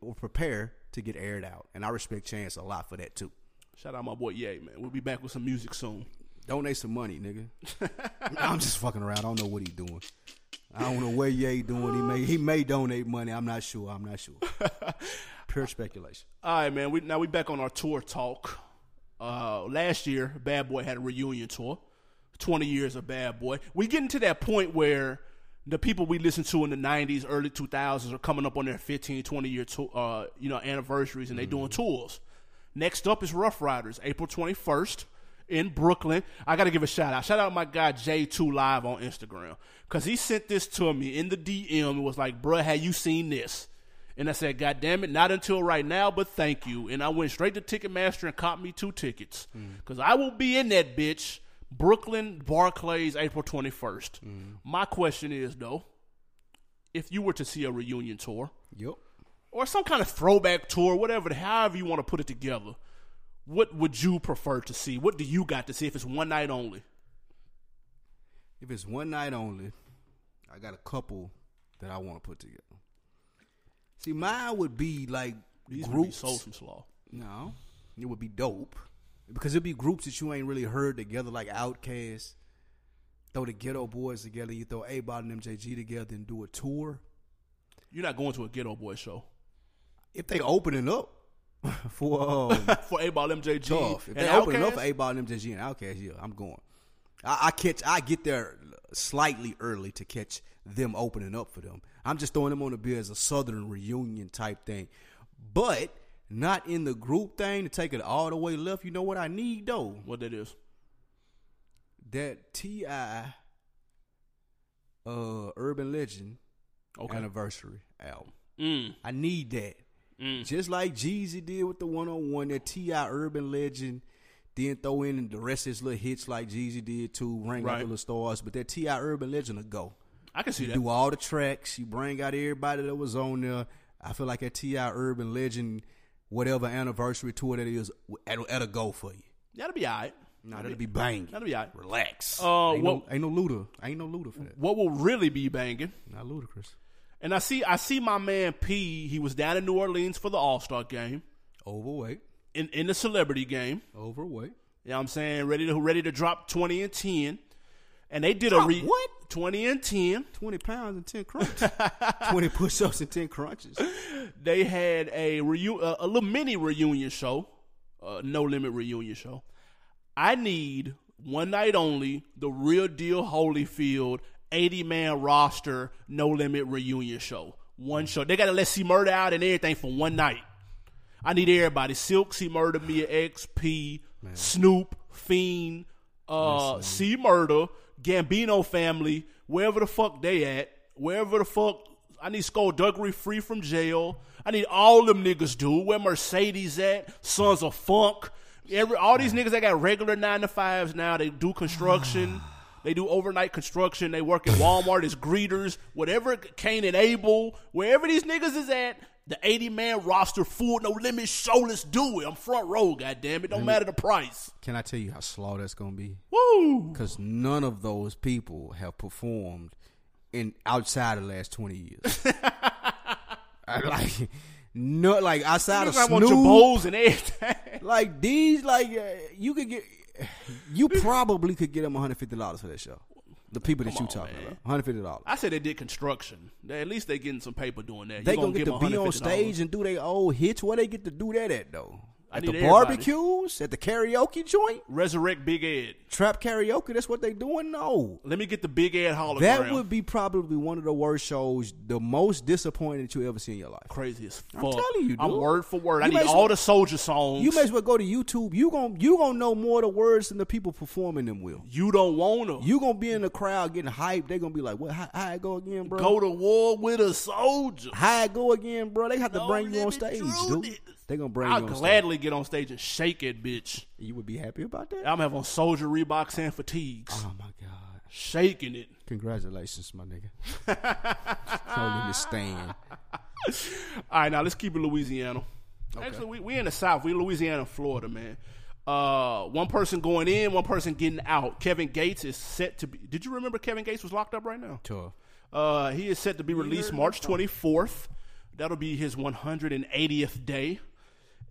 Speaker 2: or prepare to get aired out. And I respect Chance a lot for that too.
Speaker 1: Shout out my boy Ye, man. We'll be back with some music soon.
Speaker 2: Donate some money, nigga. I'm just fucking around. I don't know what he doing. I don't know what Ye doing. He may he may donate money. I'm not sure. I'm not sure. Pure speculation.
Speaker 1: All right, man. We now we back on our tour talk. Uh, last year, Bad Boy had a reunion tour. Twenty years of Bad Boy. We getting to that point where the people we listened to in the '90s, early 2000s, are coming up on their 15, 20 year to, uh, you know anniversaries, and they doing tours. Next up is Rough Riders, April 21st in Brooklyn. I got to give a shout out. Shout out my guy J2 Live on Instagram because he sent this to me in the DM. It was like, "Bruh, have you seen this?" And I said, God damn it, not until right now, but thank you. And I went straight to Ticketmaster and caught me two tickets.
Speaker 2: Mm.
Speaker 1: Because I will be in that bitch, Brooklyn Barclays, April 21st.
Speaker 2: Mm.
Speaker 1: My question is, though, if you were to see a reunion tour
Speaker 2: Yep.
Speaker 1: or some kind of throwback tour, whatever, the- however you want to put it together, what would you prefer to see? What do you got to see if it's one night only?
Speaker 2: If it's one night only, I got a couple that I want to put together. See, mine would be like
Speaker 1: These would be
Speaker 2: groups.
Speaker 1: Soul from Slaw.
Speaker 2: No, it would be dope because it'd be groups that you ain't really heard together, like Outkast. Throw the Ghetto Boys together. You throw A Bot and MJG together and do a tour.
Speaker 1: You're not going to a Ghetto Boy show.
Speaker 2: If they opening up for um,
Speaker 1: For A-Ball MJG
Speaker 2: tough. If
Speaker 1: and
Speaker 2: they opening up
Speaker 1: Outkast?
Speaker 2: for A Ball and MJG and Outkast, yeah, I'm going. I, I catch. I get there slightly early to catch them opening up for them. I'm just throwing them on the bill as a Southern reunion type thing, but not in the group thing to take it all the way left. You know what I need though?
Speaker 1: What that is.
Speaker 2: That Ti uh Urban Legend
Speaker 1: Okay.
Speaker 2: anniversary album.
Speaker 1: Mm.
Speaker 2: I need that. Just like Jeezy did with the 101, that T.I. Urban Legend, then throw in the rest of his little hits like Jeezy did too, Ring Out
Speaker 1: Right.
Speaker 2: the Little Stars, but that T.I. Urban Legend will go.
Speaker 1: I can see that.
Speaker 2: Do all the tracks, you bring out everybody that was on there. I feel like that T.I. Urban Legend, whatever anniversary tour that is, it'll, it'll go for you.
Speaker 1: That'll be all right.
Speaker 2: Nah, that'll be banging.
Speaker 1: That'll be all right.
Speaker 2: Relax.
Speaker 1: Uh,
Speaker 2: ain't,
Speaker 1: what,
Speaker 2: no, ain't no Luda. Ain't no Luda for that.
Speaker 1: what will really be banging?
Speaker 2: Not ludicrous.
Speaker 1: And I see, I see my man P. He was down in New Orleans for the All Star game,
Speaker 2: Overweight.
Speaker 1: in in the celebrity game.
Speaker 2: Overweight.
Speaker 1: You know what I'm saying? Ready to ready to drop twenty and ten, and they did a
Speaker 2: Drop
Speaker 1: re-
Speaker 2: what?
Speaker 1: twenty and ten.
Speaker 2: 20 pounds and 10 crunches. 20 push ups and 10 crunches.
Speaker 1: They had a reu- uh, a little mini reunion show, uh, no limit reunion show. I need one night only, the real deal Holyfield eighty man roster, no limit reunion show. One show. They got to let C Murder out and everything for one night. I need everybody. Silk, C Murder, Mia XP, Snoop, Fiend, uh, C Murder, Gambino family, wherever the fuck they at, wherever the fuck. I need Skullduggery free from jail. I need all them niggas, dude. Where Mercedes at? Sons of Funk. Every all these niggas that got regular nine to fives now. They do construction. They do overnight construction. They work at Walmart as greeters. Whatever Cain and Abel, wherever these niggas is at, the 80 man roster, full, no limit, show, let's do it. I'm front row, goddamn it. Don't matter the price.
Speaker 2: Can I tell you how slow that's gonna be?
Speaker 1: Woo!
Speaker 2: Because none of those people have performed in outside of the last twenty years. I, like, no, like outside of
Speaker 1: I want your
Speaker 2: Snoop,
Speaker 1: bowls and everything.
Speaker 2: like these, like uh, you could get, you probably could get them one hundred fifty dollars for that show. The people that you talking about, one hundred fifty dollars.
Speaker 1: I said they did construction. They, at least they getting some paper doing that.
Speaker 2: They
Speaker 1: you
Speaker 2: gonna
Speaker 1: gonna
Speaker 2: get
Speaker 1: give
Speaker 2: to be on
Speaker 1: $150.
Speaker 2: stage and do their old hits. Where they get to do that at though?
Speaker 1: I
Speaker 2: At
Speaker 1: need
Speaker 2: the
Speaker 1: everybody.
Speaker 2: barbecues, at the karaoke joint,
Speaker 1: Resurrect Big Ed.
Speaker 2: trap karaoke. That's what they doing. No,
Speaker 1: Let me get the Big Ed hologram.
Speaker 2: That would be probably one of the worst shows, the most disappointing that you ever see in your life.
Speaker 1: crazy as fuck.
Speaker 2: I'm telling you,
Speaker 1: I'm
Speaker 2: dude.
Speaker 1: word for word. I
Speaker 2: You
Speaker 1: need
Speaker 2: may as
Speaker 1: all
Speaker 2: well-
Speaker 1: the soldier songs.
Speaker 2: You may as well go to YouTube. You gon' you gonna know more of the words than the people performing them will.
Speaker 1: You don't wanna.
Speaker 2: You gonna be in the crowd getting hyped. They gonna be like, "What? How, how it go again, bro?
Speaker 1: go to war with a soldier.
Speaker 2: how it go again, bro? They have to
Speaker 1: No
Speaker 2: bring you on
Speaker 1: limit,
Speaker 2: stage,
Speaker 1: true
Speaker 2: dude.
Speaker 1: niggas.
Speaker 2: They gonna bring
Speaker 1: I'll
Speaker 2: you on stage.
Speaker 1: gladly get on stage and shake it, bitch.
Speaker 2: You would be happy about that.
Speaker 1: I'm having on soldier Reeboks and fatigues,
Speaker 2: oh my god!
Speaker 1: shaking it.
Speaker 2: Congratulations, my nigga. Holding this stand.
Speaker 1: All right, now let's keep it Louisiana. Actually, we we in the South. We Louisiana, and Florida, man. Uh, one person going in, one person getting out. Kevin Gates is set to be. Did you remember Kevin Gates was locked up right now?
Speaker 2: Tough.
Speaker 1: Uh, he is set to be released March 24th. That'll be his 180th day,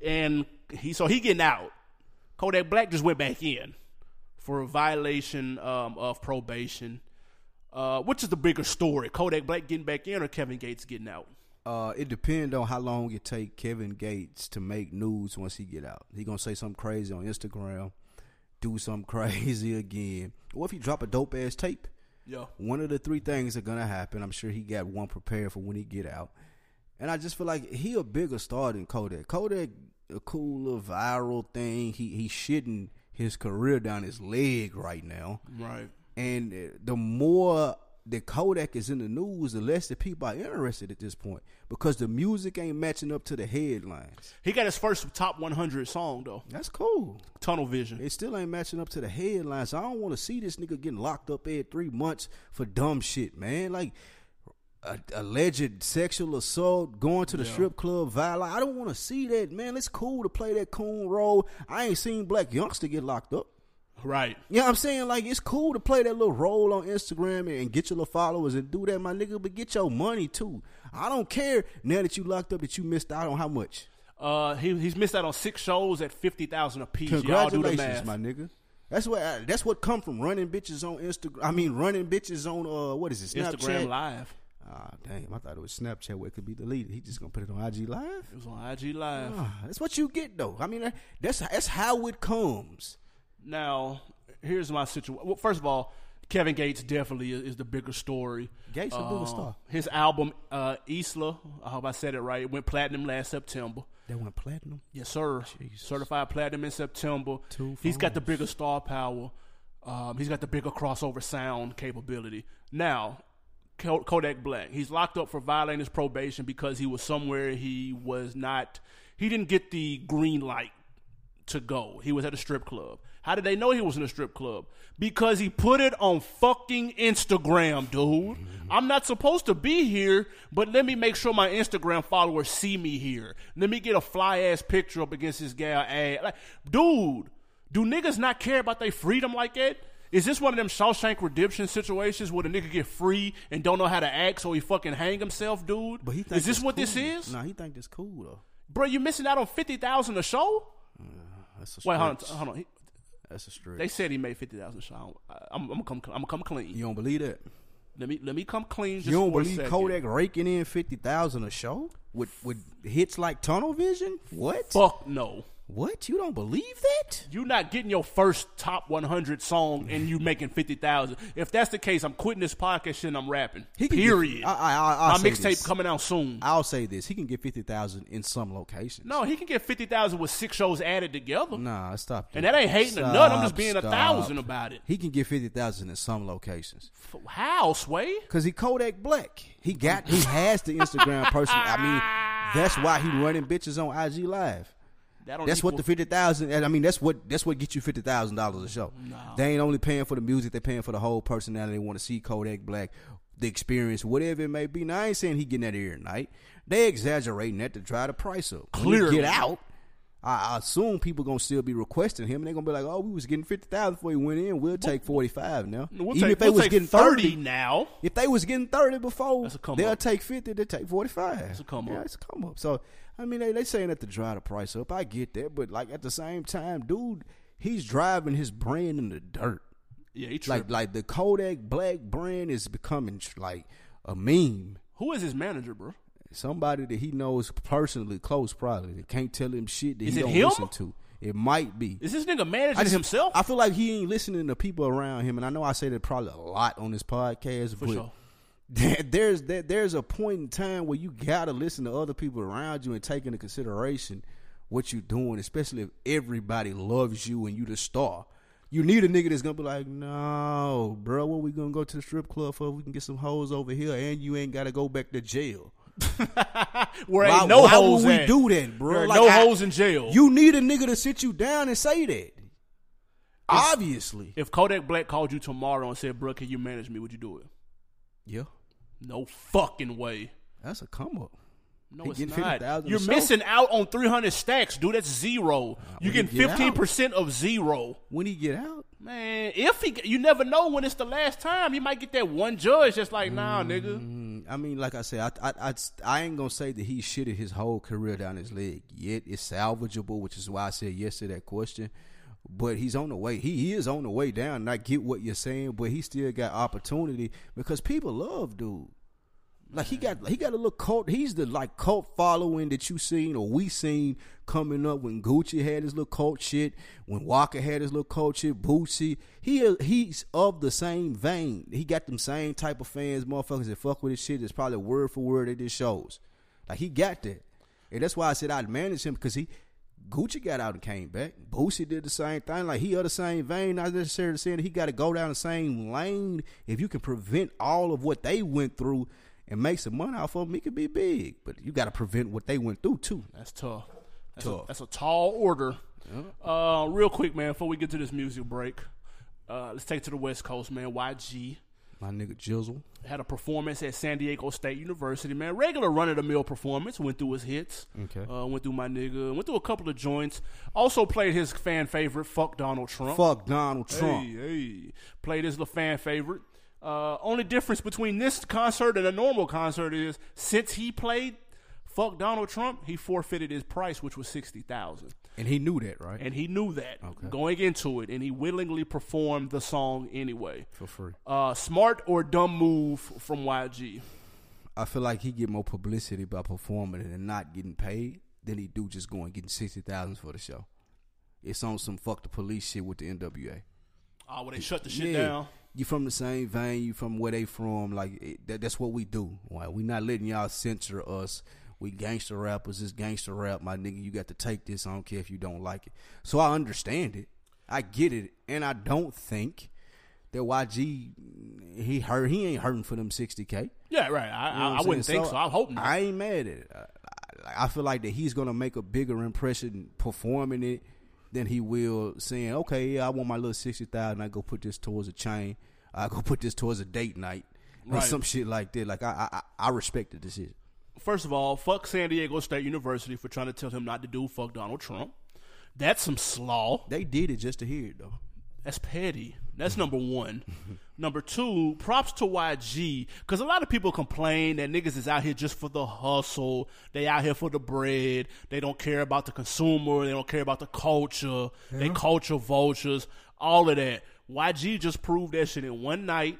Speaker 1: and he so he getting out. Kodak Black just went back in for a violation um, of probation. Uh, which is the bigger story, Kodak Black getting back in or Kevin Gates getting out?
Speaker 2: Uh, it depends on how long it take Kevin Gates to make news once he get out. He gonna say something crazy on Instagram, do something crazy again, or if he drop a dope ass tape.
Speaker 1: Yo,
Speaker 2: One of the three things are gonna happen. I'm sure he got one prepared for when he get out. And I just feel like he a bigger star than Kodak. Kodak a cooler viral thing. He he shitting his career down his leg right now.
Speaker 1: right.
Speaker 2: And uh, the more the Kodak is in the news, the less the people are interested at this point because the music ain't matching up to the headlines.
Speaker 1: He got his first top 100 song though.
Speaker 2: That's cool.
Speaker 1: Tunnel Vision.
Speaker 2: It still ain't matching up to the headlines. I don't want to see this nigga getting locked up every three months for dumb shit, man. Like a, alleged sexual assault, going to the strip club, violence. I don't want to see that, man. It's cool to play that coon role. I ain't seen black youngster get locked up.
Speaker 1: Right.
Speaker 2: You know what I'm saying? Like, it's cool to play that little role on Instagram and, and get your little followers and do that, my nigga, but get your money too. I don't care now that you locked up that you missed out on how much.
Speaker 1: Uh, he, he's missed out on six shows at 50,000 apiece. Y'all do the
Speaker 2: Congratulations,
Speaker 1: math.
Speaker 2: my nigga. That's what I, that's what come from running bitches on Instagram. I mean, running bitches on uh, what is it? Snapchat.
Speaker 1: Instagram Live.
Speaker 2: Ah, damn! I thought it was Snapchat where it could be deleted. He just gonna put it on IG Live.
Speaker 1: It was on IG Live.
Speaker 2: Ah, that's what you get though. I mean, that- that's that's how it comes.
Speaker 1: Now, here's my situation. Well, first of all, Kevin Gates definitely is, is the bigger story. Um,
Speaker 2: Gates a bigger star.
Speaker 1: His album uh, Isla, I hope I said it right. It went platinum last September.
Speaker 2: They want platinum.
Speaker 1: Yes, sir. Certified platinum in September. he's got the bigger star power. Um, he's got the bigger crossover sound capability. Now, Ko- Kodak Black, he's locked up for violating his probation because he was somewhere he was not. He didn't get the green light to go. He was at a strip club. How did they know he was in a strip club? Because he put it on fucking Instagram, dude. I'm not supposed to be here, but let me make sure my Instagram followers see me here. Let me get a fly ass picture up against this gal ad. Like, dude, do niggas not care about their freedom like that? Is this one of them Shawshank Redemption situations where the nigga get free and don't know how to act, so he fucking hang himself, dude?
Speaker 2: But he think
Speaker 1: is this
Speaker 2: it's
Speaker 1: what this
Speaker 2: cool.
Speaker 1: is,
Speaker 2: Nah, he think this cool though.
Speaker 1: bro? You missing out on fifty thousand a show?
Speaker 2: That's a
Speaker 1: Wait, hold on,
Speaker 2: stretch.
Speaker 1: hold on. He-
Speaker 2: That's a stretch.
Speaker 1: they said he made fifty thousand. So I don't- I- I'm, I'm gonna come. I'm gonna come clean.
Speaker 2: you don't believe that?
Speaker 1: Let me let me come clean. Just
Speaker 2: You don't
Speaker 1: for a
Speaker 2: believe
Speaker 1: second.
Speaker 2: Kodak raking in fifty thousand a show with with hits like Tunnel Vision? What?
Speaker 1: Fuck no.
Speaker 2: What? You don't believe that?
Speaker 1: You're not getting your first top 100 song and you making 50,000. If that's the case, I'm quitting this podcast shit and I'm rapping.
Speaker 2: He can get-
Speaker 1: Period.
Speaker 2: I- I- I- I'll
Speaker 1: My
Speaker 2: say this.
Speaker 1: mixtape coming out soon.
Speaker 2: I'll say this: he can get fifty thousand in some locations.
Speaker 1: no, he can get 50,000 with six shows added together.
Speaker 2: Nah, stop.
Speaker 1: And
Speaker 2: that.
Speaker 1: that ain't hating or nothing. I'm just being a
Speaker 2: stop.
Speaker 1: thousand about it.
Speaker 2: He can get fifty thousand in some locations
Speaker 1: F- How, Sway?
Speaker 2: because he Kodak Black. He got he has the Instagram person. I mean, that's why he running bitches on IG Live.
Speaker 1: That don't
Speaker 2: That's what the
Speaker 1: equal-
Speaker 2: fifty thousand. I mean, that's what that's what gets you fifty thousand dollars a show. They ain't only paying for the music; they're paying for the whole personality. They want to see Kodak Black, the experience, whatever it may be. Now, I ain't saying he getting that every night. They exaggerating that to try the price up. When he
Speaker 1: Clearly.
Speaker 2: get out. I I assume people gonna still be requesting him, and they gonna be like, "Oh, we was getting fifty thousand before he went in. We'll take forty five now.
Speaker 1: We'll
Speaker 2: Even
Speaker 1: take,
Speaker 2: if they
Speaker 1: we'll
Speaker 2: was
Speaker 1: take
Speaker 2: getting
Speaker 1: 30,
Speaker 2: thirty,
Speaker 1: now.
Speaker 2: if they was getting thirty before,
Speaker 1: That's a come
Speaker 2: they'll
Speaker 1: up.
Speaker 2: take fifty. They take forty five. That's
Speaker 1: a come
Speaker 2: yeah,
Speaker 1: up.
Speaker 2: It's a come up. So I mean, they they saying that to drive the price up. I get that, but like at the same time, dude, he's driving his brand in the dirt.
Speaker 1: Yeah, he
Speaker 2: Like
Speaker 1: tripped.
Speaker 2: like the Kodak Black brand is becoming tr- like a meme.
Speaker 1: Who is his manager, bro?
Speaker 2: Somebody that he knows personally, close probably, that can't tell him shit that
Speaker 1: Is
Speaker 2: he
Speaker 1: it
Speaker 2: don't
Speaker 1: him?
Speaker 2: listen to. It might be.
Speaker 1: Is this nigga managing himself?
Speaker 2: I feel like he ain't listening to people around him, and I know I say that probably a lot on this podcast,
Speaker 1: For
Speaker 2: but
Speaker 1: sure.
Speaker 2: there- there's there, there's a point in time where you gotta listen to other people around you and take into consideration what you're doing, especially if everybody loves you and you the star. You need a nigga that's gonna be like, no, bro, what we gonna go to the strip club for? We can get some hoes over here, and you ain't gotta go back to jail.
Speaker 1: Where
Speaker 2: why
Speaker 1: ain't no
Speaker 2: why
Speaker 1: hoes
Speaker 2: would we
Speaker 1: at.
Speaker 2: do that, bro?
Speaker 1: There are
Speaker 2: Like,
Speaker 1: no
Speaker 2: I-
Speaker 1: hoes in jail.
Speaker 2: You need a nigga to sit you down and say that. Obviously,
Speaker 1: if Kodak Black called you tomorrow and said, bro, can you manage me? Would you do it?
Speaker 2: yeah,
Speaker 1: No fucking way.
Speaker 2: that's a come up.
Speaker 1: No,
Speaker 2: He
Speaker 1: it's
Speaker 2: getting
Speaker 1: not.
Speaker 2: 50,000
Speaker 1: You're
Speaker 2: a show?
Speaker 1: missing out on 300 stacks, dude. That's zero. You're
Speaker 2: when he
Speaker 1: getting
Speaker 2: Uh, get out.
Speaker 1: 15% of zero.
Speaker 2: When he get out,
Speaker 1: Man, if he, you never know when it's the last time. You might get that one judge that's like,
Speaker 2: Mm.
Speaker 1: nah, nigga.
Speaker 2: I mean, like I said, I, I, I, I ain't gonna say that he shitted his whole career down his leg. Yet it's salvageable, which is why I said yes to that question. But he's on the way. He, he is on the way down. And I get what you're saying, but he still got opportunity because people love dude. Like he got he got a little cult. He's the like cult following that you seen or we seen coming up when Gucci had his little cult shit, when Walker had his little cult shit, Bootsy. He uh, he's of the same vein. He got them same type of fans, motherfuckers that fuck with his shit. That's probably word for word at his shows. Like he got that, and that's why I said I'd manage him because he Gucci got out and came back. Boosie did the same thing. Like he of the same vein. Not necessarily saying that he got to go down the same lane. If you can prevent all of what they went through and make some money off of them, it could be big. But you got to prevent what they went through too.
Speaker 1: That's tough. That's, A,
Speaker 2: Tough.
Speaker 1: that's a tall order. Uh, real quick, man, before we get to this music break, uh, let's take it to the West Coast, man. YG.
Speaker 2: My nigga Jizzle.
Speaker 1: had a performance at San Diego State University, man. Regular run of the mill performance. Went through his hits.
Speaker 2: Okay.
Speaker 1: Uh, went through my nigga. Went through a couple of joints. Also played his fan favorite, fuck Donald Trump.
Speaker 2: Fuck Donald Trump.
Speaker 1: Hey, hey. Played his little fan favorite. Uh, only difference between this concert and a normal concert is since he played fuck Donald Trump, he forfeited his price, which was sixty thousand.
Speaker 2: And he knew that, right?
Speaker 1: And he knew that going into it, and he willingly performed the song anyway.
Speaker 2: For free.
Speaker 1: Uh, smart or dumb move from YG.
Speaker 2: I feel like he get more publicity by performing and not getting paid than he do just going getting sixty thousand for the show. It's on some fuck the police shit with the NWA.
Speaker 1: Oh, well, they shut the shit down.
Speaker 2: You from the same vein. You from where they from. Like it, that, that's what we do. Like, we not letting y'all censor us. We gangster rappers. This gangster rap, my nigga. You got to take this. I don't care if you don't like it. So I understand it. I get it, and I don't think that YG he hurt. He ain't hurting for them sixty k.
Speaker 1: Yeah, right. I, I, I wouldn't think so. I'm hoping. not.
Speaker 2: I ain't mad at it. I, I, I feel like that he's gonna make a bigger impression performing it than he will saying, "Okay, yeah, I want my little sixty thousand. I go put this towards a chain. I go put this towards a date night or
Speaker 1: Right.
Speaker 2: some shit like that." Like I, I, I I respect the decision.
Speaker 1: First of all, fuck San Diego State University for trying to tell him not to do fuck Donald Trump. That's some slaw.
Speaker 2: They did it just to hear it though.
Speaker 1: That's petty. That's number one. number two, props to YG because a lot of people complain that niggas is out here just for the hustle. They out here for the bread. They don't care about the consumer. They don't care about the culture. They culture vultures. All of that. YG just proved that shit in one night.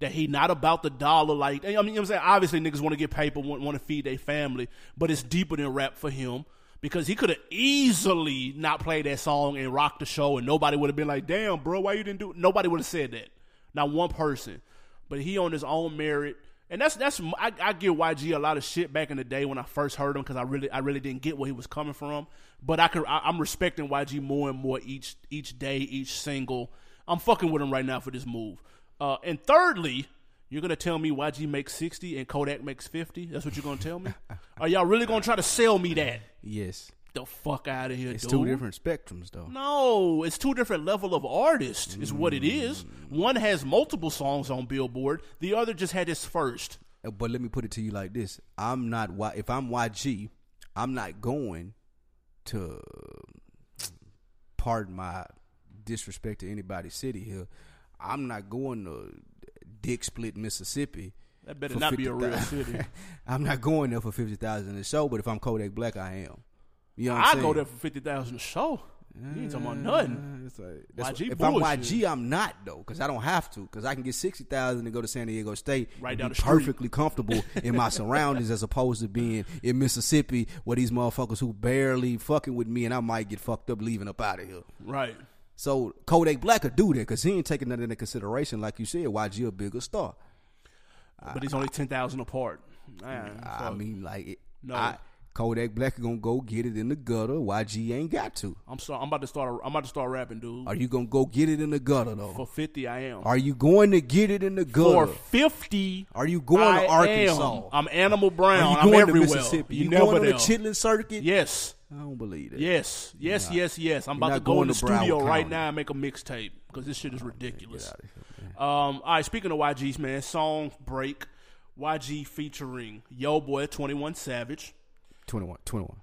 Speaker 1: That he not about the dollar, like I mean, you know what I'm saying. Obviously, niggas want to get paper, want, want to feed their family, but it's deeper than rap for him because he could have easily not played that song and rocked the show, and nobody would have been like, "Damn, bro, why you didn't do?" It? Nobody would have said that, not one person. But he on his own merit, and that's that's I, I give YG a lot of shit back in the day when I first heard him because I really I really didn't get where he was coming from. But I could I, I'm respecting YG more and more each each day, each single. I'm fucking with him right now for this move. Uh, and thirdly, you're gonna tell me YG makes sixty and Kodak makes fifty? That's what you're gonna tell me? Are y'all really gonna try to sell me that?
Speaker 2: Yes.
Speaker 1: The fuck out of here,
Speaker 2: It's
Speaker 1: dude.
Speaker 2: two different spectrums, though.
Speaker 1: No, it's two different level of artists. Is what it is.
Speaker 2: Mm.
Speaker 1: One has multiple songs on Billboard. The other just had his first.
Speaker 2: Uh, But let me put it to you like this: I'm not Y. If I'm YG, I'm not going to. um, Pardon my disrespect to anybody's city here. I'm not going to Dick Split, Mississippi.
Speaker 1: That better
Speaker 2: for
Speaker 1: not be a real
Speaker 2: 50,000.
Speaker 1: city.
Speaker 2: I'm not going there for fifty thousand a show. But if I'm Kodak Black, I am. You know what I'm
Speaker 1: I
Speaker 2: saying?
Speaker 1: go there for fifty thousand a show. You ain't talking about nothing.
Speaker 2: Uh, It's like, that's
Speaker 1: YG
Speaker 2: what- if I'm
Speaker 1: bullshit.
Speaker 2: YG, I'm not though, because I don't have to, because I can get sixty thousand to go to San Diego State,
Speaker 1: Right
Speaker 2: and
Speaker 1: down
Speaker 2: be
Speaker 1: the street.
Speaker 2: perfectly comfortable in my surroundings, as opposed to being in Mississippi where these motherfuckers who barely fucking with me, and I might get fucked up leaving up out of here.
Speaker 1: Right.
Speaker 2: So Kodak Black could do that, because he ain't taking that into consideration, like you said. YG a bigger star.
Speaker 1: But he's only ten thousand apart. Man,
Speaker 2: I
Speaker 1: fuck.
Speaker 2: mean, like, it,
Speaker 1: No.
Speaker 2: I, Kodak Black gonna go get it in the gutter. YG ain't got to.
Speaker 1: I'm sorry. I'm about to start. A, I'm about to start rapping, dude.
Speaker 2: Are you gonna go get it in the gutter though?
Speaker 1: For fifty, I am.
Speaker 2: Are you going to get it in the
Speaker 1: For
Speaker 2: gutter?
Speaker 1: fifty,
Speaker 2: Are you going
Speaker 1: I
Speaker 2: to Arkansas?
Speaker 1: am. I'm Animal
Speaker 2: Are
Speaker 1: Brown.
Speaker 2: you going
Speaker 1: I'm everywhere.
Speaker 2: to Mississippi?
Speaker 1: You,
Speaker 2: You,
Speaker 1: never
Speaker 2: going on
Speaker 1: know.
Speaker 2: the Chitlin circuit?
Speaker 1: yes,
Speaker 2: I don't believe that.
Speaker 1: yes, yes, yes, yes. I'm about
Speaker 2: not
Speaker 1: to go
Speaker 2: going
Speaker 1: in the
Speaker 2: to Broward
Speaker 1: studio right
Speaker 2: County.
Speaker 1: now and make a mixtape because this shit is ridiculous. um, all right. Speaking of YG's, man, song break. YG featuring Yo Boy, Twenty One Savage,
Speaker 2: 21, 21.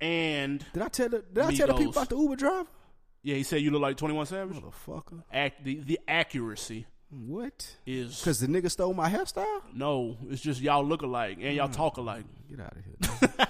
Speaker 1: and
Speaker 2: Did I tell the Did I tell the people
Speaker 1: Migos.
Speaker 2: about the Uber driver?
Speaker 1: yeah, he said you look like Twenty One Savage.
Speaker 2: Motherfucker.
Speaker 1: Act the, the accuracy
Speaker 2: Mm, What?
Speaker 1: is
Speaker 2: Because the nigga stole my hairstyle.
Speaker 1: no. It's just y'all look alike and
Speaker 2: Hmm.
Speaker 1: y'all talk alike.
Speaker 2: Get out of here. man. Get the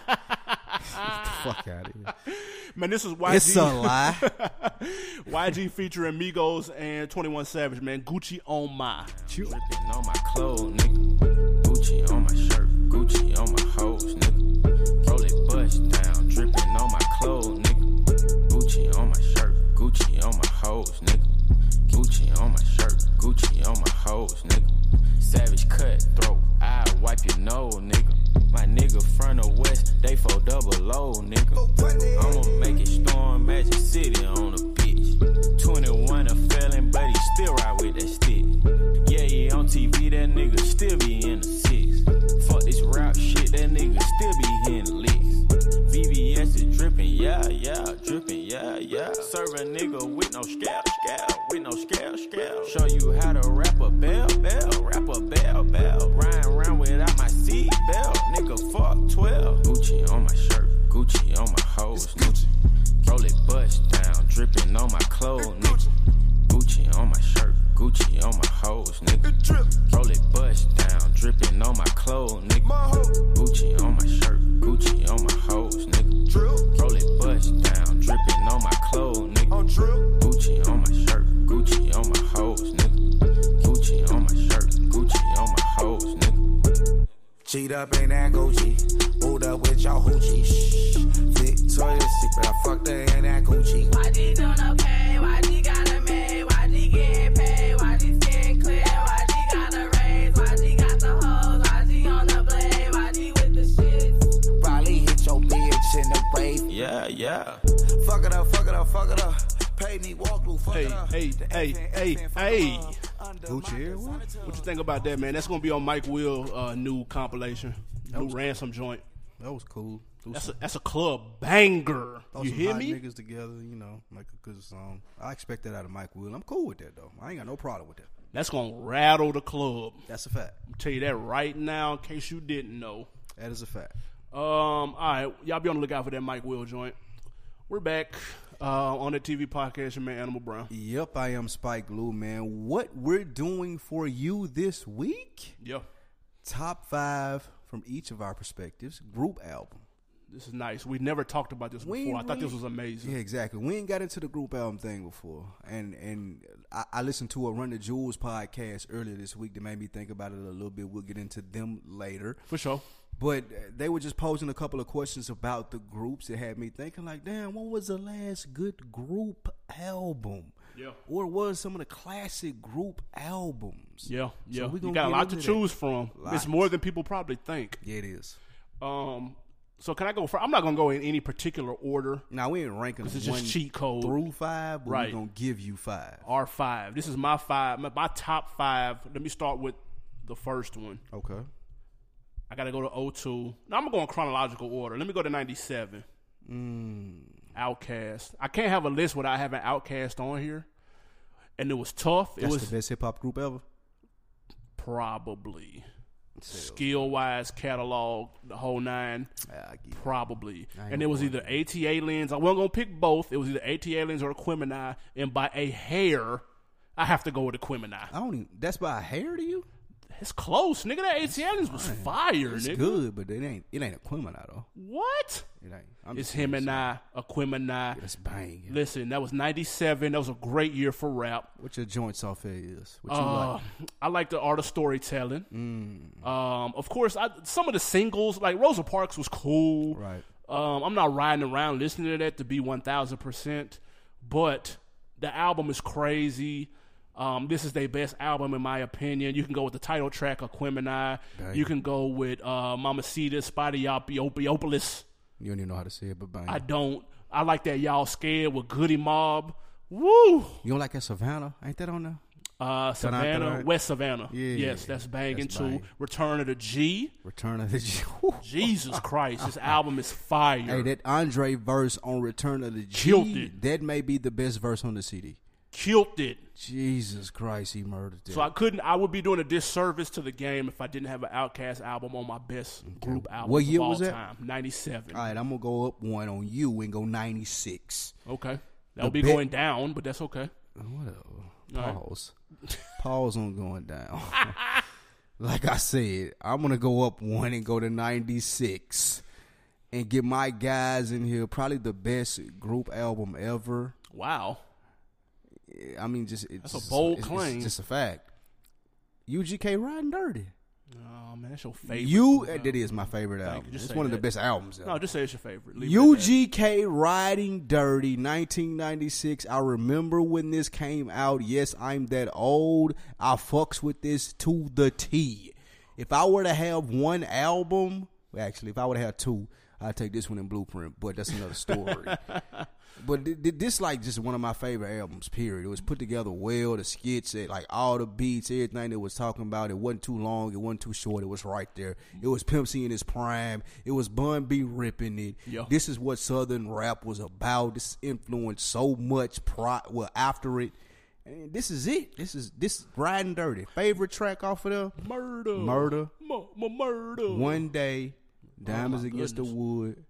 Speaker 2: fuck out of here.
Speaker 1: Man, this is YG.
Speaker 2: It's uh, a lie.
Speaker 1: YG featuring Migos and 21 Savage, man. Gucci on my.
Speaker 3: Drippin' on my clothes, nigga. Gucci on my shirt, Gucci on my hose, nigga. Roll it bust down, drippin' on my clothes, nigga. Gucci on my shirt, Gucci on my hose, nigga. Gucci on my shirt, Gucci on my hose, nigga. Savage cutthroat, I wipe your nose, nigga. My nigga front of west, they for double O, nigga. I'ma make it storm, Magic City on the bitch. 21 a felon, but he still ride with that stick. Yeah, he on TV, that nigga still be in the six. Fuck this rap shit, that nigga still be in the licks. VVS is drippin', yeah, yeah, drippin', yeah, yeah. Serve a nigga with no scale, scale, with no scale, scale. Show you how to rap a bell, bell, rap a bell, bell. Ryan around without my seat belt, nigga, fuck 12. Gucci on my shirt, Gucci on my hose, nigga. Roll it bust down, drippin' on my clothes, nigga. Gucci on my shirt, Gucci on my hose, nigga. Roll it bust down, drippin' on my clothes, nigga. Gucci on my shirt, Gucci on my hose, nigga. Roll it bust down, drippin' on my clothes, nigga. Gucci on my shirt, Gucci on my hose, nigga. Gucci on my shirt, Gucci on my hose, nigga.
Speaker 4: Cheat up in that Gucci. Moved up with your hoochie. Shh. Victoria's Secret. I fucked her in that Gucci.
Speaker 5: Why she don't okay? Why she got a man? Why she get paid? Why she skin clear? Why she got a raise? Why she got the hoes? Why she on the blade? Why she with the shits?
Speaker 4: Probably hit your bitch in the grave.
Speaker 3: Yeah, yeah.
Speaker 4: Fuck it up, fuck it up, fuck it up. Pay me walkthrough, fuck
Speaker 1: Hey,
Speaker 4: it up.
Speaker 1: hey,
Speaker 4: The
Speaker 1: hey,
Speaker 4: FN,
Speaker 1: hey,
Speaker 4: FN, fuck
Speaker 1: hey.
Speaker 4: it up. uh, Under
Speaker 2: Gucci
Speaker 4: my
Speaker 2: Airways?
Speaker 4: designer
Speaker 1: What you think about that, man? That's gonna be on Mike Will uh, new compilation, new ransom joint.
Speaker 2: That was cool. Those
Speaker 1: That's a that's a club banger.
Speaker 2: throw
Speaker 1: You
Speaker 2: some
Speaker 1: hear
Speaker 2: hot
Speaker 1: me?
Speaker 2: Niggas together, you know, make a good song. I expect that out of Mike Will. I'm cool with that though. I ain't got no problem with that.
Speaker 1: That's gonna rattle the club.
Speaker 2: That's a fact.
Speaker 1: I'll tell you that right now, in case you didn't know.
Speaker 2: That is a fact.
Speaker 1: Um, all right, y'all be on the lookout for that Mike Will joint. We're back uh, on the TV podcast, your man Animal Brown.
Speaker 2: Yep, I am Spike Lee, man. What we're doing for you this week?
Speaker 1: Yeah,
Speaker 2: Top five from each of our perspectives. Group album.
Speaker 1: this is nice. We never talked about this
Speaker 2: We-
Speaker 1: before. I thought
Speaker 2: we-
Speaker 1: this was amazing.
Speaker 2: Yeah, exactly. We ain't got into the group album thing before, and and I, I listened to a Run the Jewels podcast earlier this week that made me think about it a little bit. We'll get into them later.
Speaker 1: For sure.
Speaker 2: But uh, they were just posing a couple of questions about the groups. It had me thinking, like, damn, what was the last good group album?
Speaker 1: Yeah.
Speaker 2: Or was some of the classic group albums?
Speaker 1: Yeah, yeah.
Speaker 2: we
Speaker 1: you
Speaker 2: gonna
Speaker 1: got a
Speaker 2: get
Speaker 1: lot to
Speaker 2: into that.
Speaker 1: choose from.
Speaker 2: Lots.
Speaker 1: It's more than people probably think.
Speaker 2: Yeah, it is.
Speaker 1: Um, so can I go? For, I'm not gonna go in any particular order.
Speaker 2: Now we ain't ranking
Speaker 1: This is
Speaker 2: one
Speaker 1: just cheat code.
Speaker 2: through five, but
Speaker 1: Right.
Speaker 2: we're gonna give you five.
Speaker 1: R five. This is my five. My, my top five. Let me start with the first one.
Speaker 2: Okay.
Speaker 1: I gotta go to O2. Now I'm gonna go in chronological order. Let me go to '97.
Speaker 2: Mm.
Speaker 1: Outcast. I can't have a list without having Outcast on here. And it was tough. It
Speaker 2: That's
Speaker 1: was
Speaker 2: the best hip hop group ever.
Speaker 1: probably skill wise catalog the whole nine.
Speaker 2: Ah, I get it.
Speaker 1: Probably.
Speaker 2: ain't
Speaker 1: And it
Speaker 2: gonna
Speaker 1: was either ATA lens. I wasn't gonna pick both. It was either ATA lens or Aquemini. And by a hair, I have to go with Aquemini.
Speaker 2: I don't even. That's by a hair to you.
Speaker 1: It's close, nigga. That ATA lens was fire,
Speaker 2: It's
Speaker 1: nigga.
Speaker 2: good, but it ain't. It ain't a criminal though.
Speaker 1: What?
Speaker 2: It ain't. I'm
Speaker 1: It's
Speaker 2: just
Speaker 1: him
Speaker 2: saying,
Speaker 1: and I, Aquemini.
Speaker 2: It's bang.
Speaker 1: Listen, that was '97. That was a great year for rap.
Speaker 2: What your joints off it is? What you
Speaker 1: Uh,
Speaker 2: like? Mm.
Speaker 1: I like the art of storytelling. Um, of course, I, some of the singles, like Rosa Parks, was cool.
Speaker 2: Right.
Speaker 1: Um, I'm not riding around listening to that to be 1,000%, but the album is crazy. Um, this is their best album, in my opinion. You can go with the title track, Aquemini. You can go with uh, Mama Cita, Spotty Opiopolis.
Speaker 2: You don't even know how to say it, but bang.
Speaker 1: I don't. I like that Y'all Scared with Goody Mob. Woo!
Speaker 2: you don't like that Savannah? Ain't that on there?
Speaker 1: Uh, Savannah,
Speaker 2: Dun-dun-dun.
Speaker 1: West Savannah.
Speaker 2: Yeah.
Speaker 1: yes, that's banging
Speaker 2: That's
Speaker 1: too.
Speaker 2: banging.
Speaker 1: Return of the G.
Speaker 2: Return of the G.
Speaker 1: Jesus Christ, this album is fire.
Speaker 2: hey, that Andre verse on Return of the G.
Speaker 1: Killed it.
Speaker 2: That may be the best verse on the CD.
Speaker 1: Killed it.
Speaker 2: Jesus Christ, he murdered that.
Speaker 1: So I couldn't. I would be doing a disservice to the game if I didn't have an Outcast album on my best group album.
Speaker 2: What year
Speaker 1: of all
Speaker 2: was that? Uh,
Speaker 1: Time ninety-seven.
Speaker 2: All right, I'm gonna go up one on you and go 96.
Speaker 1: okay, that'll be
Speaker 2: bet-
Speaker 1: going down, but that's okay.
Speaker 2: Whatever.
Speaker 1: right.
Speaker 2: Pause. Pause on going down. like I said, I'm gonna go up one and go to 96 and get my guys in here. Probably the best group album ever.
Speaker 1: Wow.
Speaker 2: I mean, just it's
Speaker 1: That's a bold
Speaker 2: it's-
Speaker 1: claim.
Speaker 2: It's just a fact. UGK riding dirty.
Speaker 1: Oh man, that's your favorite.
Speaker 2: You that is my favorite album.
Speaker 1: you. Just
Speaker 2: It's
Speaker 1: say
Speaker 2: one of
Speaker 1: that.
Speaker 2: the best albums.
Speaker 1: no,
Speaker 2: Ever.
Speaker 1: just say it's your favorite. Leave it at that.
Speaker 2: UGK Riding Dirty 1996. I remember when this came out. Yes, I'm that old. I fucks with this to the T. If I were to have one album, well, actually, if I were to have two, I'd take this one in Blueprint, but that's another story. but th- th- this, like, just one of my favorite albums, period. It was put together well. The skits, it, like, all the beats, everything that was talking about. It wasn't too long. It wasn't too short. It was right there. It was Pimp C in his prime. It was Bun B ripping it.
Speaker 1: Yeah.
Speaker 2: This this is what Southern rap was about. This influenced so much pro well after it. And this is it. This is this riding dirty. Favorite track off of there?
Speaker 1: murder,
Speaker 2: Murder.
Speaker 1: Mu- mu- murder.
Speaker 2: One day, Diamonds
Speaker 1: Oh my
Speaker 2: Against the
Speaker 1: goodness.
Speaker 2: Wood,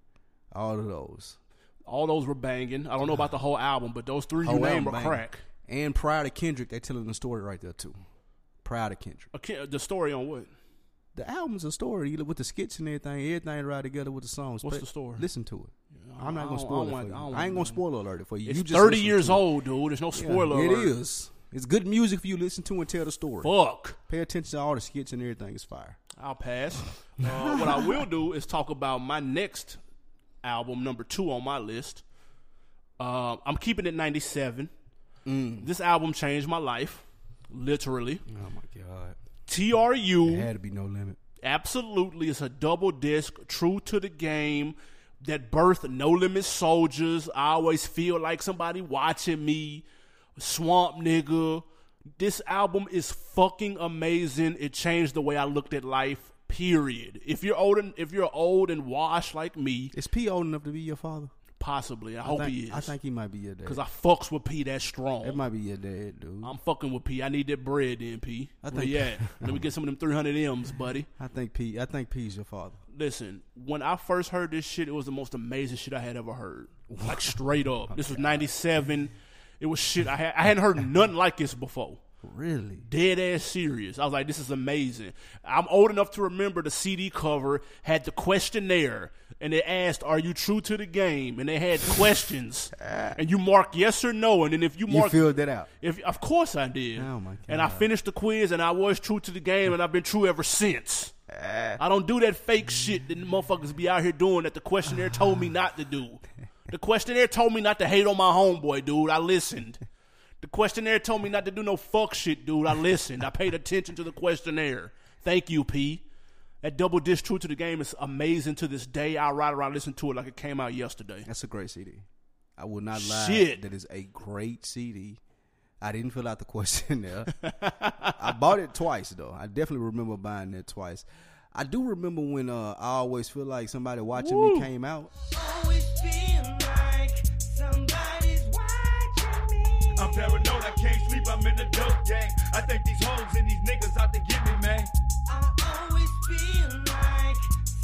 Speaker 2: all of those.
Speaker 1: All those were banging. I don't know about the whole album, but those three you
Speaker 2: Whole
Speaker 1: named
Speaker 2: album
Speaker 1: were
Speaker 2: bang.
Speaker 1: crack.
Speaker 2: And prior to Kendrick, they telling the story right there too. Prior to Kendrick.
Speaker 1: A ki- The story on what?
Speaker 2: The album's a story with the skits and everything. Everything right together with the songs.
Speaker 1: What's
Speaker 2: But
Speaker 1: the story?
Speaker 2: Listen to it. I'm not
Speaker 1: I don't-
Speaker 2: gonna spoil
Speaker 1: I
Speaker 2: it
Speaker 1: don't
Speaker 2: for
Speaker 1: want-
Speaker 2: you.
Speaker 1: I don't
Speaker 2: I ain't gonna
Speaker 1: want-
Speaker 2: spoil alert it for you.
Speaker 1: It's
Speaker 2: you just
Speaker 1: 30
Speaker 2: listen to
Speaker 1: years
Speaker 2: it.
Speaker 1: old, dude. There's no spoiler
Speaker 2: It
Speaker 1: alert.
Speaker 2: is. It's good music for you to listen to and tell the story.
Speaker 1: Fuck.
Speaker 2: Pay attention to all the skits and everything. It's fire.
Speaker 1: I'll pass. Uh, what I will do is talk about my next album, number two on my list. Uh, I'm keeping it 97.
Speaker 2: Mm.
Speaker 1: This album changed my life, literally.
Speaker 2: Oh my god! It
Speaker 1: TRU,
Speaker 2: had to be no limit.
Speaker 1: absolutely, is a double disc, true to the game, that birthed No Limit Soldiers. I always feel like somebody watching me. Swamp Nigga. This album is fucking amazing. It changed the way I looked at life. Period. If you're old and if you're old and washed like me,
Speaker 2: Is P old enough to be your father?
Speaker 1: possibly. I, hope
Speaker 2: I think,
Speaker 1: Oh, he is.
Speaker 2: I think he might be your dad.
Speaker 1: because I fucks with P that
Speaker 2: That
Speaker 1: strong.
Speaker 2: might be your dad, dude. i
Speaker 1: I'm fucking with P. I need that bread, then P. I
Speaker 2: think-
Speaker 1: think. Yeah. Let me get some of them 300 M's, buddy.
Speaker 2: think P. I think P's your father.
Speaker 1: Listen, when I first heard this shit, it was the most amazing shit I had ever heard. Like straight up. This was '97. It was shit I had. I hadn't heard nothing like this before.
Speaker 2: Really?
Speaker 1: dead ass serious. I was like, this is amazing. I'm old enough to remember the CD cover had the questionnaire and it asked, Are you true to the game? And they had questions. and you mark yes or no. And then if you
Speaker 2: You
Speaker 1: mark
Speaker 2: filled that out.
Speaker 1: if of course I did.
Speaker 2: Oh, my
Speaker 1: And I
Speaker 2: God.
Speaker 1: finished the quiz and I was true to the game and I've been true ever since.
Speaker 2: Ah.
Speaker 1: I don't do that fake shit that motherfuckers be out here doing that the questionnaire told me not to do. The questionnaire told me not to hate on my homeboy, dude. I listened. The questionnaire told me not to do no fuck shit, dude. I listened. I paid attention to the questionnaire. Thank you, P. That double disc true to the game is amazing to this day. I ride around listen to it like it came out yesterday.
Speaker 2: That's a great CD. I will not lie.
Speaker 1: Shit.
Speaker 2: That is a great CD. I didn't fill out the questionnaire. I bought it twice though. I definitely remember buying it twice. I do remember when uh, I always feel like somebody watching me came out.
Speaker 6: Always feel like somebody's watching me.
Speaker 7: I'm paranoid, I can't sleep, I'm in the dope game. I think these hoes and these niggas out to get me, man.
Speaker 6: I always feel like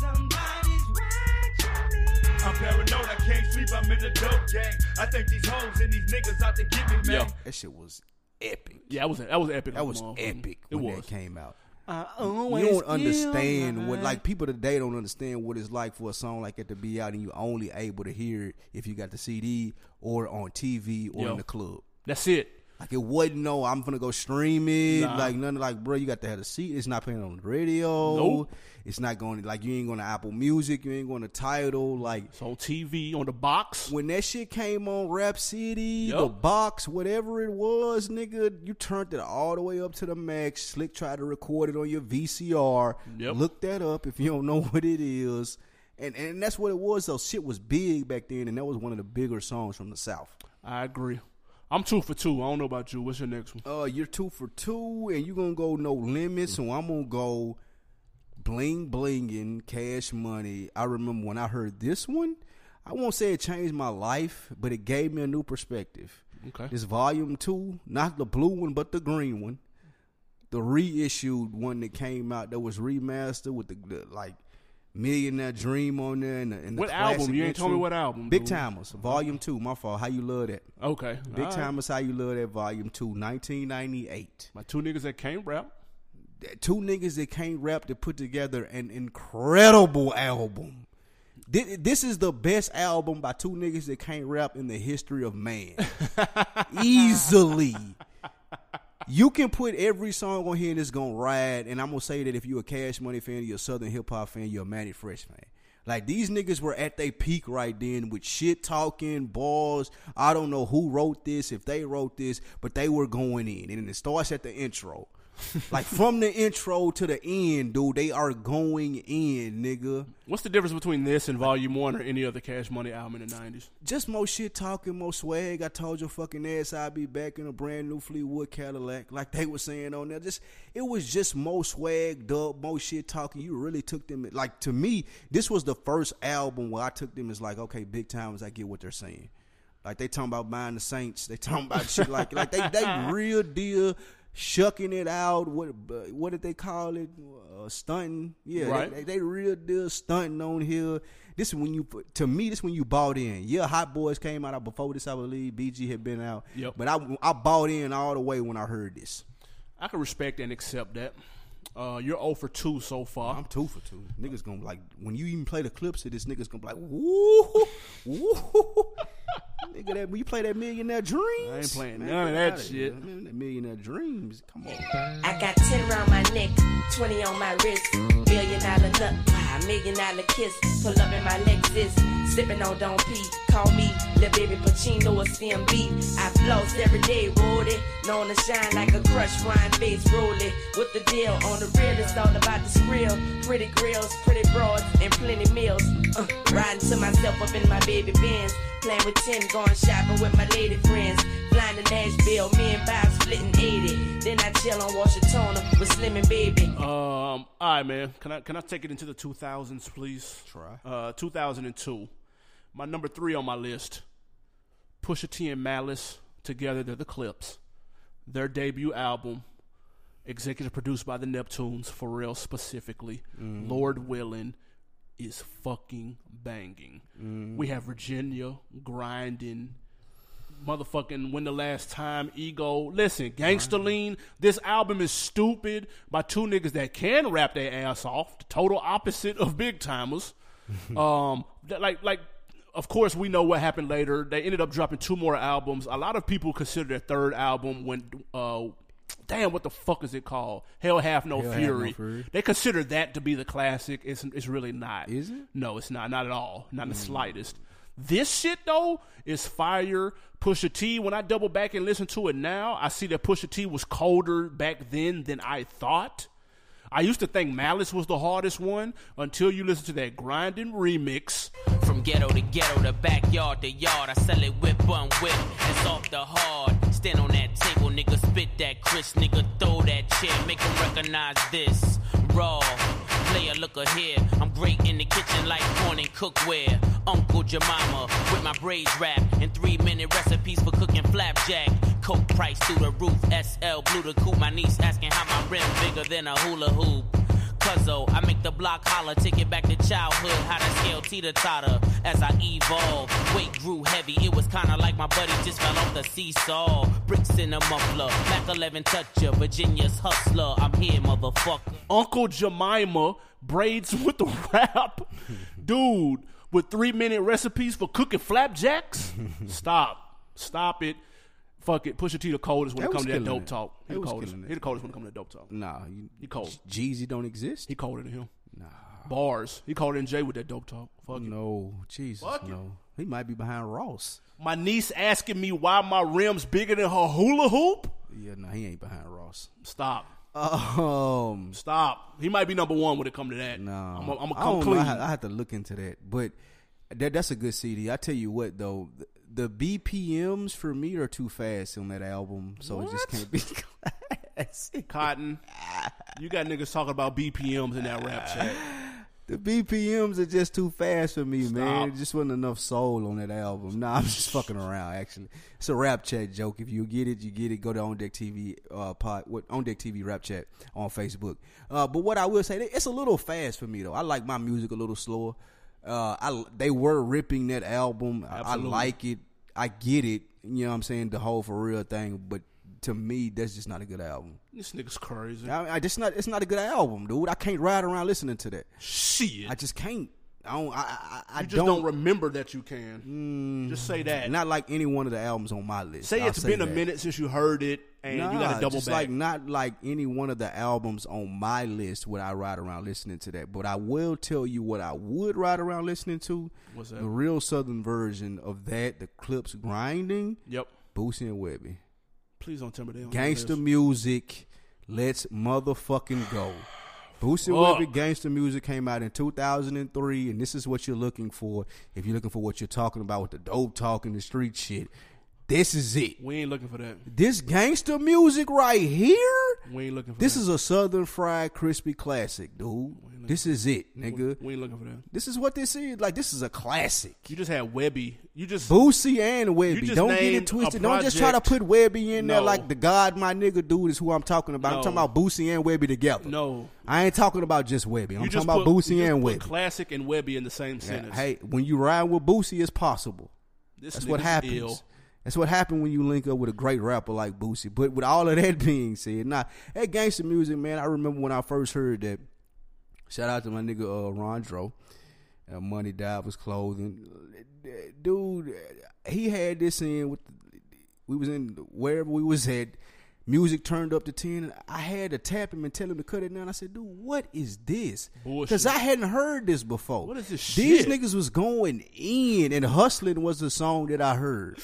Speaker 6: somebody's watching me.
Speaker 7: I'm paranoid, I can't sleep, I'm in the dope game. I think these hoes and these niggas out to get me, man.
Speaker 1: Yeah.
Speaker 2: That shit was epic.
Speaker 1: Yeah, that was that was epic.
Speaker 2: That was
Speaker 1: motherfucker.
Speaker 2: epic
Speaker 1: It
Speaker 2: when
Speaker 1: was.
Speaker 2: that came out.
Speaker 1: I
Speaker 2: You don't understand what like people today don't understand what it's like for a song like that to be out and you only able to hear it if you got the CD or on TV or
Speaker 1: Yeah.
Speaker 2: in the club.
Speaker 1: That's it.
Speaker 2: Like it wasn't no, I'm gonna go stream it.
Speaker 1: Nah.
Speaker 2: Like nothing. Like bro, you got to have a seat. It's not playing on the radio.
Speaker 1: Nope.
Speaker 2: It's not going. Like you ain't going to Apple Music. You ain't going to title. Like
Speaker 1: It's on TV on the box.
Speaker 2: when that shit came on Rap City, the
Speaker 1: Yup.
Speaker 2: box, whatever it was, nigga, you turned it all the way up to the max. Slick tried to record it on your VCR.
Speaker 1: Yup.
Speaker 2: Look that up if you don't know what it is. And and that's what it was though. Shit was big back then, and that was one of the bigger songs from the South.
Speaker 1: I agree. I'm two for two. I don't know about you. What's your next one?
Speaker 2: Uh, you're two for two, and you're gonna go no limit. So I'm gonna go bling blinging cash money. I remember when I heard this one. I won't say it changed my life, but it gave me a new perspective.
Speaker 1: Okay.
Speaker 2: This volume two, not the blue one, but the green one, the reissued one that came out that was remastered with the, the, like millionaire dream on there. And the, and the
Speaker 1: What album?
Speaker 2: classic
Speaker 1: You ain't told me
Speaker 2: intro.
Speaker 1: what album,
Speaker 2: Big
Speaker 1: dude.
Speaker 2: Timers, Volume Two. My fault. How you love that?
Speaker 1: Okay.
Speaker 2: Big
Speaker 1: All right.
Speaker 2: Time is How You Love That Volume 2, 1998.
Speaker 1: My two niggas that can't rap.
Speaker 2: Th- Two niggas that can't rap to put together an incredible album. Thi- This is the best album by two niggas that can't rap in the history of man. Easily. You can put every song on here and it's gonna ride. And I'm gonna say that if you're a Cash Money fan, you're a Southern hip hop fan, you're a Manny Fresh fan. Like these niggas were at their peak right then with shit talking, balls. I don't know who wrote this, if they wrote this, but they were going in. And it starts at the intro. like from the intro to the end, dude, they are going in, nigga.
Speaker 1: What's the difference between this and Volume One or any other Cash Money album in the '90s?
Speaker 2: Just more shit talking, more swag. I told your fucking ass I'd be back in a brand new Fleetwood Cadillac, like they were saying on there. Just it was just more swag, dub, more shit talking. You really took them like to me. This was the first album where I took them as like, okay, big time as I get what they're saying. Like they talking about buying the Saints. They talking about shit like like they they real deal shucking it out. What uh, what did they call it? Uh, stunting. Yeah, they-
Speaker 1: Right.
Speaker 2: they, they real deal stunting on here. This is when you to me. This when you bought in. Yeah, Hot Boys came out before this, I believe. BG had been out.
Speaker 1: Yep.
Speaker 2: But I I bought in all the way when I heard this.
Speaker 1: I can respect and accept that. Uh, you're 0 for 2 so far.
Speaker 2: I'm two for two. Niggas gonna be like when you even play the clips of this. Niggas gonna be like, woo, woo. Nigga, that when you play that millionaire dreams.
Speaker 1: I ain't playing
Speaker 2: Man,
Speaker 1: none of
Speaker 2: get
Speaker 1: that
Speaker 2: outta here.
Speaker 1: shit.
Speaker 2: Man, that millionaire dreams. Come on.
Speaker 6: I got 10 round my neck, 20 on my wrist, million dollar nut, wow, million dollar kiss. Pull up in my Lexus, sipping on Don P. Call me the baby Pacino or CMB. I floss every day, rolled it, known to shine like a crushed wine face, roll it. With the deal on the real, it's all about the skrill. Pretty grills, pretty broads, and plenty meals. Uh, riding to myself up in my baby Benz, playing with 10, going shopping with my lady friends. Flying to Nashville, me and Bob splitting 80. Then I chill on Washingtona with Slim and Baby.
Speaker 1: Um, all right, man. Can I can I take it into the 2000s, please?
Speaker 2: Try.
Speaker 1: Uh, 2002. My number three on my list. Pusha T and Malice together. They're the Clips. Their debut album, executive produced by the Neptunes, Pharrell specifically. Lord willing, is fucking banging. We have Virginia grinding motherfucking when the last time ego listen gangsta lean this album is stupid by two niggas that can rap their ass off the total opposite of big timers um that- like like of course we know what happened later they ended up dropping two more albums a lot of people consider their third album when uh damn, what the fuck is it called? Hell Have No,
Speaker 2: Hell Hath No
Speaker 1: Fury.
Speaker 2: Fury.
Speaker 1: They consider that to be the classic. It's it's really not.
Speaker 2: Is it? Hmm.
Speaker 1: No, it's not. Not at all. Not in the slightest. This shit though is fire. Pusha T. When I double back and listen to it now, I see that Pusha T was colder back then than I thought. I used to think Malice was the hardest one until you listen to that grinding remix.
Speaker 8: From ghetto to ghetto to backyard to yard, I sell it whip on whip. It's off the hard. Stand on that table, nigga, spit that crisp, nigga, throw that chair, make 'em recognize this. Raw, player, look a here. I'm great in the kitchen like corn and cookware. Uncle Jemima with my braids wrapped and three minute recipes for cooking flapjack. Coke price through the roof, SL blue to coupe. My niece asking how my rim bigger than a hula hoop. Cuzzo, I make the block holler, take it back to childhood, how to scale teeter totter as I evolve. Weight grew heavy, it was kinda like my buddy just fell off the seesaw. Bricks in a muffler, Mac 11 toucher, Virginia's hustler, I'm here, motherfucker.
Speaker 1: Uncle Jemima braids with the rap, dude, with three minute recipes for cooking flapjacks. Stop, stop it. Fuck it. Pusha T the coldest when
Speaker 2: That
Speaker 1: it
Speaker 2: was
Speaker 1: comes to that
Speaker 2: killing
Speaker 1: dope
Speaker 2: it.
Speaker 1: talk. He
Speaker 2: That
Speaker 1: the
Speaker 2: was
Speaker 1: coldest.
Speaker 2: killing it.
Speaker 1: He the coldest when it comes to dope talk.
Speaker 2: Nah, you,
Speaker 1: He cold.
Speaker 2: Jeezy don't exist.
Speaker 1: He colder than him. Nah. Bars. He colder than Jay with that dope talk. Fuck it.
Speaker 2: no, Jesus,
Speaker 1: Fuck it.
Speaker 2: no. He might be behind Ross.
Speaker 1: My niece asking me why my rim's bigger than her hula hoop.
Speaker 2: Yeah, no, he ain't behind Ross.
Speaker 1: Stop.
Speaker 2: Um,
Speaker 1: Stop. He might be number one when it comes to that.
Speaker 2: no,
Speaker 1: I'm gonna
Speaker 2: I don't
Speaker 1: come
Speaker 2: know.
Speaker 1: clean.
Speaker 2: I, ha- I have to look into that, but that that's a good CD. I tell you what, though, the, the BPMs for me are too fast on that album, so it just can't be. classic.
Speaker 1: Cotton. You got niggas talking about BPMs in that rap chat.
Speaker 2: The BPMs are just too fast for me, man.
Speaker 1: Stop.
Speaker 2: It just wasn't enough soul on that album. Nah, I'm just fucking around. Actually, it's a rap chat joke. If you get it, you get it. Go to On Deck TV uh, pod, what On Deck TV rap chat on Facebook. Uh, but what I will say, it's a little fast for me though. I like my music a little slower. Uh, I they were ripping that album. I, I
Speaker 1: Absolutely.
Speaker 2: like it. I get it. You know what I'm saying? The whole for real thing. But to me, that's just not a good album.
Speaker 1: This nigga's crazy.
Speaker 2: I, I just not. It's not a good album, dude. I can't ride around listening to that.
Speaker 1: Shit.
Speaker 2: I just can't. I don't. I, I, I
Speaker 1: you just don't, remember that you can. just say that.
Speaker 2: not like any one of the albums on my list.
Speaker 1: say
Speaker 2: I'll
Speaker 1: it's been a
Speaker 2: that.
Speaker 1: minute since you heard it, and you got
Speaker 2: Nah,
Speaker 1: to double
Speaker 2: just
Speaker 1: back.
Speaker 2: Like not like any one of the albums on my list would I ride around listening to that. But I will tell you what I would ride around listening to.
Speaker 1: What's that?
Speaker 2: The real southern version of that, the clips grinding,
Speaker 1: yep.
Speaker 2: Boosie and Webby,
Speaker 1: Please don't tell me they don't
Speaker 2: gangster
Speaker 1: exist.
Speaker 2: music. Let's motherfucking go. Boosie and
Speaker 1: Fuck.
Speaker 2: Webby Gangster Music came out in 2003, and this is what you're looking for. If you're looking for what you're talking about with the dope talk and the street shit, this is it.
Speaker 1: We ain't looking for that.
Speaker 2: This gangster music right here,
Speaker 1: We ain't looking for
Speaker 2: this
Speaker 1: that.
Speaker 2: is a Southern Fried Crispy classic, dude. This is it, nigga.
Speaker 1: We ain't looking for that.
Speaker 2: This is what this is. Like, this is a classic.
Speaker 1: You just had Webby. You just
Speaker 2: Boosie and
Speaker 1: You
Speaker 2: Webby.
Speaker 1: just
Speaker 2: Don't get
Speaker 1: named
Speaker 2: it
Speaker 1: a
Speaker 2: twisted. Don't just try to
Speaker 1: project.
Speaker 2: put Webby in there
Speaker 1: No.
Speaker 2: like the God, my nigga dude is who I'm talking about. I'm
Speaker 1: No.
Speaker 2: talking about Boosie and Webby together.
Speaker 1: No.
Speaker 2: I ain't talking about just Webby. I'm
Speaker 1: you
Speaker 2: talking
Speaker 1: just
Speaker 2: about
Speaker 1: put,
Speaker 2: Boosie
Speaker 1: you just
Speaker 2: and
Speaker 1: put
Speaker 2: Webby.
Speaker 1: Classic and Webby in the same
Speaker 2: Yeah,
Speaker 1: sentence.
Speaker 2: Hey, when you ride with Boosie, it's possible.
Speaker 1: this
Speaker 2: That's what
Speaker 1: nigga's
Speaker 2: happens.
Speaker 1: ill.
Speaker 2: That's what happened when you link up with a great rapper like Boosie. But with all of that being said, nah, that gangster music, man. I remember when I first heard that. Shout out to my nigga uh, Rondro. Uh, Money Divers Clothing, dude. He had this in with. We was in wherever we was at. Music turned up to ten. I had to tap him and tell him to cut it down. I said, "Dude, what is this?" Because
Speaker 1: Bullshit.
Speaker 2: I hadn't heard this before.
Speaker 1: What is this
Speaker 2: These
Speaker 1: shit?
Speaker 2: niggas was going in, and hustling was the song that I heard,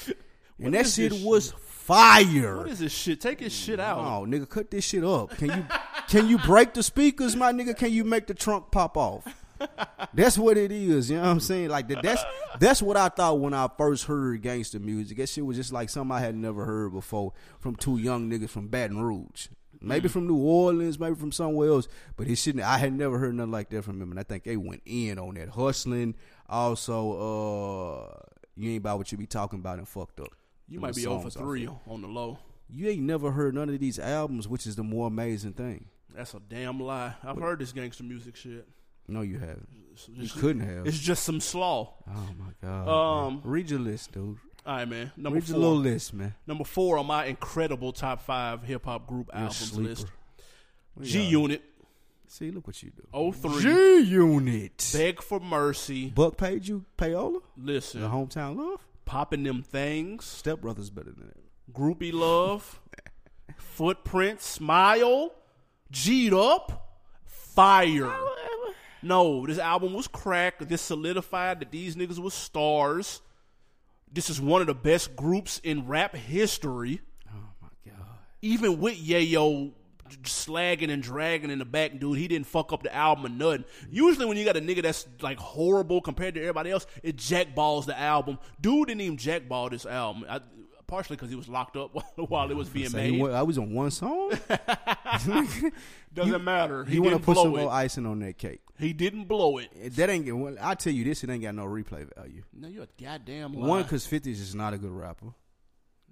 Speaker 2: and that
Speaker 1: is
Speaker 2: shit
Speaker 1: this
Speaker 2: was fire.
Speaker 1: What is this shit? Take his shit out.
Speaker 2: Oh, nigga, cut this shit up. Can you can you break the speakers, my nigga? Can you make the trunk pop off? That's what it is, you know what I'm saying? Like that, that's that's what I thought when I first heard gangster music. That shit was just like something I had never heard before from two young niggas from Baton Rouge. Maybe
Speaker 1: Mm.
Speaker 2: from New Orleans, maybe from somewhere else, but it shouldn't. I had never heard nothing like that from him, and I think they went in on that hustling. Also, uh, you ain't about what you be talking about and fucked up.
Speaker 1: You
Speaker 2: Them
Speaker 1: might be over
Speaker 2: songs off
Speaker 1: three
Speaker 2: it.
Speaker 1: on the low.
Speaker 2: You ain't never heard none of these albums, which is the more amazing thing.
Speaker 1: That's a damn lie. I've heard this gangster music shit.
Speaker 2: No, you haven't.
Speaker 1: It's
Speaker 2: You
Speaker 1: just,
Speaker 2: couldn't have.
Speaker 1: it's just some slaw.
Speaker 2: Oh my god.
Speaker 1: Um,
Speaker 2: man. read your list, dude.
Speaker 1: All right, man. Number
Speaker 2: Read
Speaker 1: four.
Speaker 2: your little list, man.
Speaker 1: Number four on my incredible top five hip hop group albums
Speaker 2: sleeper.
Speaker 1: list.
Speaker 2: We
Speaker 1: G
Speaker 2: are-
Speaker 1: Unit,
Speaker 2: See, look what you do.
Speaker 1: 03,
Speaker 2: G Unit.
Speaker 1: Beg for Mercy.
Speaker 2: Buck paid you payola. The
Speaker 1: Listen,
Speaker 2: hometown love.
Speaker 1: popping them things.
Speaker 2: Step brothers better than that.
Speaker 1: Groupie Love. Footprint, smile, G'd up, fire. No, this album was crack. This solidified that these niggas was stars. This is one of the best groups in rap history.
Speaker 2: Oh my god.
Speaker 1: Even with Yayo slagging and dragging in the back, dude, he didn't fuck up the album or nothing. Usually, when you got a nigga that's like horrible compared to everybody else, it jackballs the album. Dude didn't even jackball this album. I, partially because he was locked up while it was being
Speaker 2: Say,
Speaker 1: made.
Speaker 2: what, I was on one song.
Speaker 1: Doesn't
Speaker 2: You-
Speaker 1: matter. He
Speaker 2: you want to
Speaker 1: didn't
Speaker 2: put
Speaker 1: blow
Speaker 2: some
Speaker 1: it.
Speaker 2: more icing on that cake?
Speaker 1: He didn't blow it.
Speaker 2: That ain't. get- Well, I tell you this, it ain't got no replay value.
Speaker 1: No, you're a goddamn liar.
Speaker 2: One, because Fifty is just not a good rapper.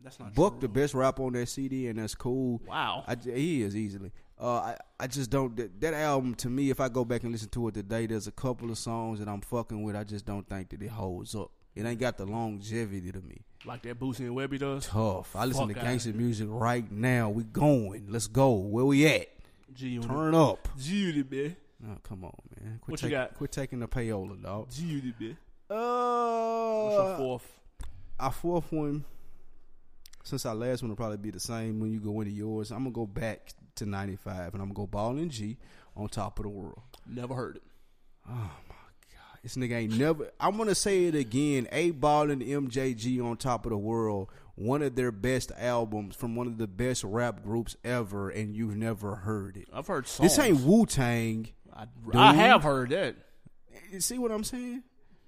Speaker 1: that's not
Speaker 2: Buck,
Speaker 1: true.
Speaker 2: the best rapper on that CD, and that's cool.
Speaker 1: Wow.
Speaker 2: I, he is easily. Uh, I, I just don't that, that album to me. If I go back and listen to it today, there's a couple of songs that I'm fucking with. I just don't think that it holds up. It ain't got the longevity to me.
Speaker 1: like that Boosie and Webby does.
Speaker 2: Tough. I listen
Speaker 1: Fuck
Speaker 2: to
Speaker 1: outta
Speaker 2: gangster music right now. We going. Let's go. Where we at?
Speaker 1: G unit.
Speaker 2: Turn up.
Speaker 1: G unit, man.
Speaker 2: Oh, come on, man. Quit
Speaker 1: What you
Speaker 2: taking,
Speaker 1: got?
Speaker 2: Quit taking the payola, dog.
Speaker 1: G unit, man. What's your
Speaker 2: Uh,
Speaker 1: fourth?
Speaker 2: our fourth one, since our last one will probably be the same when you go into yours, I'm gonna go back to '95 and I'm gonna go balling G on top of the world.
Speaker 1: Never heard it.
Speaker 2: This nigga ain't never. I'm gonna say it again. A Ball and MJG on top of the world. One of their best albums from one of the best rap groups ever, and you've never heard it.
Speaker 1: I've heard songs.
Speaker 2: This ain't Wu Tang.
Speaker 1: I, I
Speaker 2: Dude.
Speaker 1: have heard that.
Speaker 2: See what I'm saying?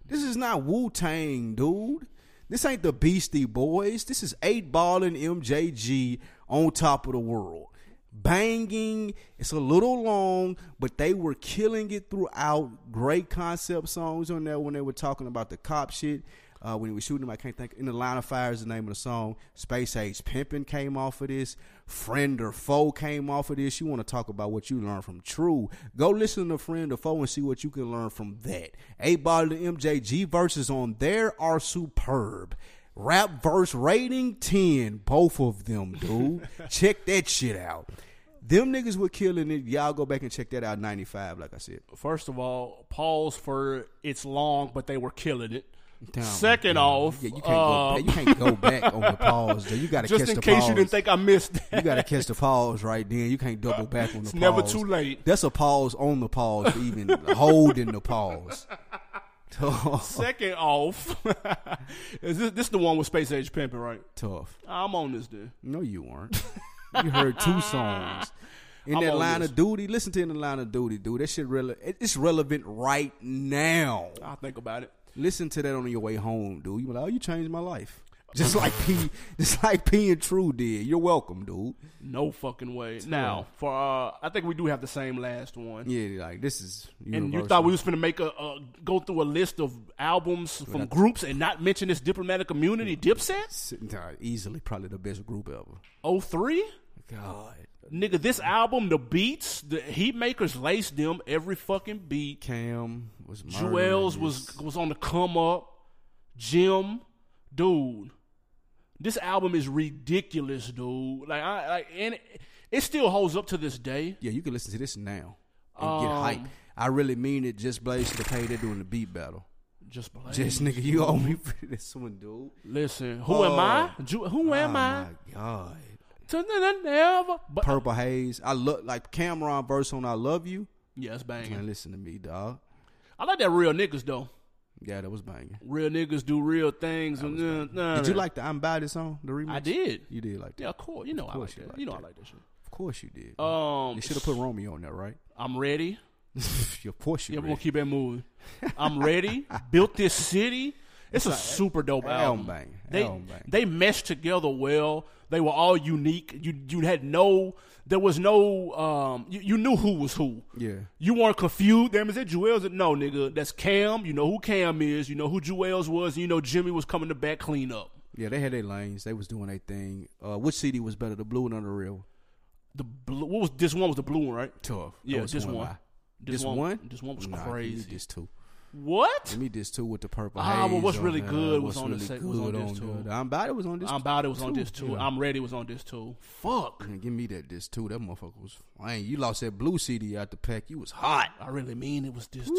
Speaker 2: This is not Wu Tang, dude. This ain't the Beastie Boys. This is eight ball and MJG on top of the world. Banging. It's a little long, but they were killing it throughout. Great concept songs on there when they were talking about the cop shit. Uh, when he was shooting him, I can't think. In the line of fire is the name of the song. Space Age Pimpin' came off of this. Friend or Foe came off of this. You want to talk about what you learned from True? Go listen to Friend or Foe and see what you can learn from that. A Ball and MJG verses on there are superb. Rap verse rating 10, both of them, dude. check that shit out. Them niggas were killing it. Y'all go back and check that out. 95, like I said.
Speaker 1: First of all, pause for it's long, but they were killing it.
Speaker 2: Damn.
Speaker 1: Second off,
Speaker 2: Yeah, you can't,
Speaker 1: uh,
Speaker 2: go, back. you can't go back on the pause. Though. You got to catch
Speaker 1: just
Speaker 2: the
Speaker 1: in case you
Speaker 2: pause.
Speaker 1: didn't think I missed that.
Speaker 2: You gotta catch the pause right then. You can't double back on the
Speaker 1: It's
Speaker 2: pause.
Speaker 1: never too late.
Speaker 2: That's a pause on the pause, even holding the pause. Tough.
Speaker 1: Second off, is this, this the one with Space Age Pimpin', right?
Speaker 2: Tough.
Speaker 1: I'm on this, dude.
Speaker 2: No, you weren't. You heard two songs. In
Speaker 1: I'm
Speaker 2: that
Speaker 1: on
Speaker 2: line
Speaker 1: this.
Speaker 2: of duty, listen to in the line of duty, dude. That shit rele- it- it's relevant right now.
Speaker 1: I'll think about it.
Speaker 2: Listen to that on your way home, dude. You be like, oh, you changed my life. Just like P, just like P and True did. You're welcome, dude.
Speaker 1: No fucking way. Now, for uh, I think we do have the same last one.
Speaker 2: Yeah, like this is.
Speaker 1: And you
Speaker 2: universal.
Speaker 1: thought we was gonna make a, a go through a list of albums from groups and not mention this diplomatic community Dipset?
Speaker 2: Nah, easily probably the best group ever.
Speaker 1: Oh three?
Speaker 2: God.
Speaker 1: Nigga, this album, the beats, the heat makers laced them every fucking beat.
Speaker 2: Cam was murdering
Speaker 1: Jewels
Speaker 2: this.
Speaker 1: was was on the come up. Jim, dude, this album is ridiculous, dude. Like I like and it, it still holds up to this day.
Speaker 2: Yeah, you can listen to this now and get
Speaker 1: Um,
Speaker 2: hype. I really mean it. Just Blaze to the pay. They're doing the beat battle.
Speaker 1: Just Blaze.
Speaker 2: Just nigga, you owe me for this one, dude.
Speaker 1: Listen, who am I? Ju- who am
Speaker 2: oh
Speaker 1: I?
Speaker 2: My God.
Speaker 1: To never. But
Speaker 2: Purple Haze. I look like Cameron verse on "I Love You."
Speaker 1: yeah, it's banging.
Speaker 2: And listen to me, dog.
Speaker 1: I like that real niggas though.
Speaker 2: Yeah, that was banging.
Speaker 1: Real niggas do real things. And, nah, nah,
Speaker 2: Did you
Speaker 1: nah.
Speaker 2: like the "I'm By" this song? The remix.
Speaker 1: I did.
Speaker 2: You did like that.
Speaker 1: Yeah, of course. You know I like
Speaker 2: course
Speaker 1: that.
Speaker 2: you
Speaker 1: You,
Speaker 2: like
Speaker 1: know
Speaker 2: that.
Speaker 1: I like that shit.
Speaker 2: Of course you did.
Speaker 1: Um,
Speaker 2: you should have put Romeo on there, right?
Speaker 1: I'm ready.
Speaker 2: of course
Speaker 1: Yeah,
Speaker 2: you. Yeah,
Speaker 1: we're gonna keep that moving. I'm ready. Built this city. It's, a super dope album.
Speaker 2: album bang.
Speaker 1: They
Speaker 2: Album bang.
Speaker 1: they meshed together well. They were all unique. You you had no. There was no. Um, you, you knew who was who.
Speaker 2: Yeah.
Speaker 1: You weren't confused. Damn, is it Jewels? No, nigga, that's Cam. You know who Cam is. You know who Jewels was. And you know Jimmy was coming to back clean up.
Speaker 2: yeah, they had their lanes. They was doing their thing. Uh, which CD was better, the blue one or the real?
Speaker 1: The blue, what was this one was the blue one, right?
Speaker 2: Tough. That
Speaker 1: Yeah,
Speaker 2: was
Speaker 1: this
Speaker 2: one
Speaker 1: one.
Speaker 2: lie.
Speaker 1: This
Speaker 2: This
Speaker 1: one-
Speaker 2: one?
Speaker 1: this one was
Speaker 2: Nah, Give
Speaker 1: crazy.
Speaker 2: me this too.
Speaker 1: What?
Speaker 2: Give me this too with the purple.
Speaker 1: Ah, well,
Speaker 2: haze
Speaker 1: what's
Speaker 2: on
Speaker 1: really
Speaker 2: there.
Speaker 1: good
Speaker 2: What's
Speaker 1: was on
Speaker 2: really
Speaker 1: this- was on
Speaker 2: good
Speaker 1: this too.
Speaker 2: there. I'm about it was on this.
Speaker 1: I'm about it was on
Speaker 2: too.
Speaker 1: this too.
Speaker 2: Yeah.
Speaker 1: I'm ready was on this too. Fuck.
Speaker 2: Man, give me that this too. That motherfucker was fine. You lost that blue CD out the pack. You was hot.
Speaker 1: I really mean it was this too.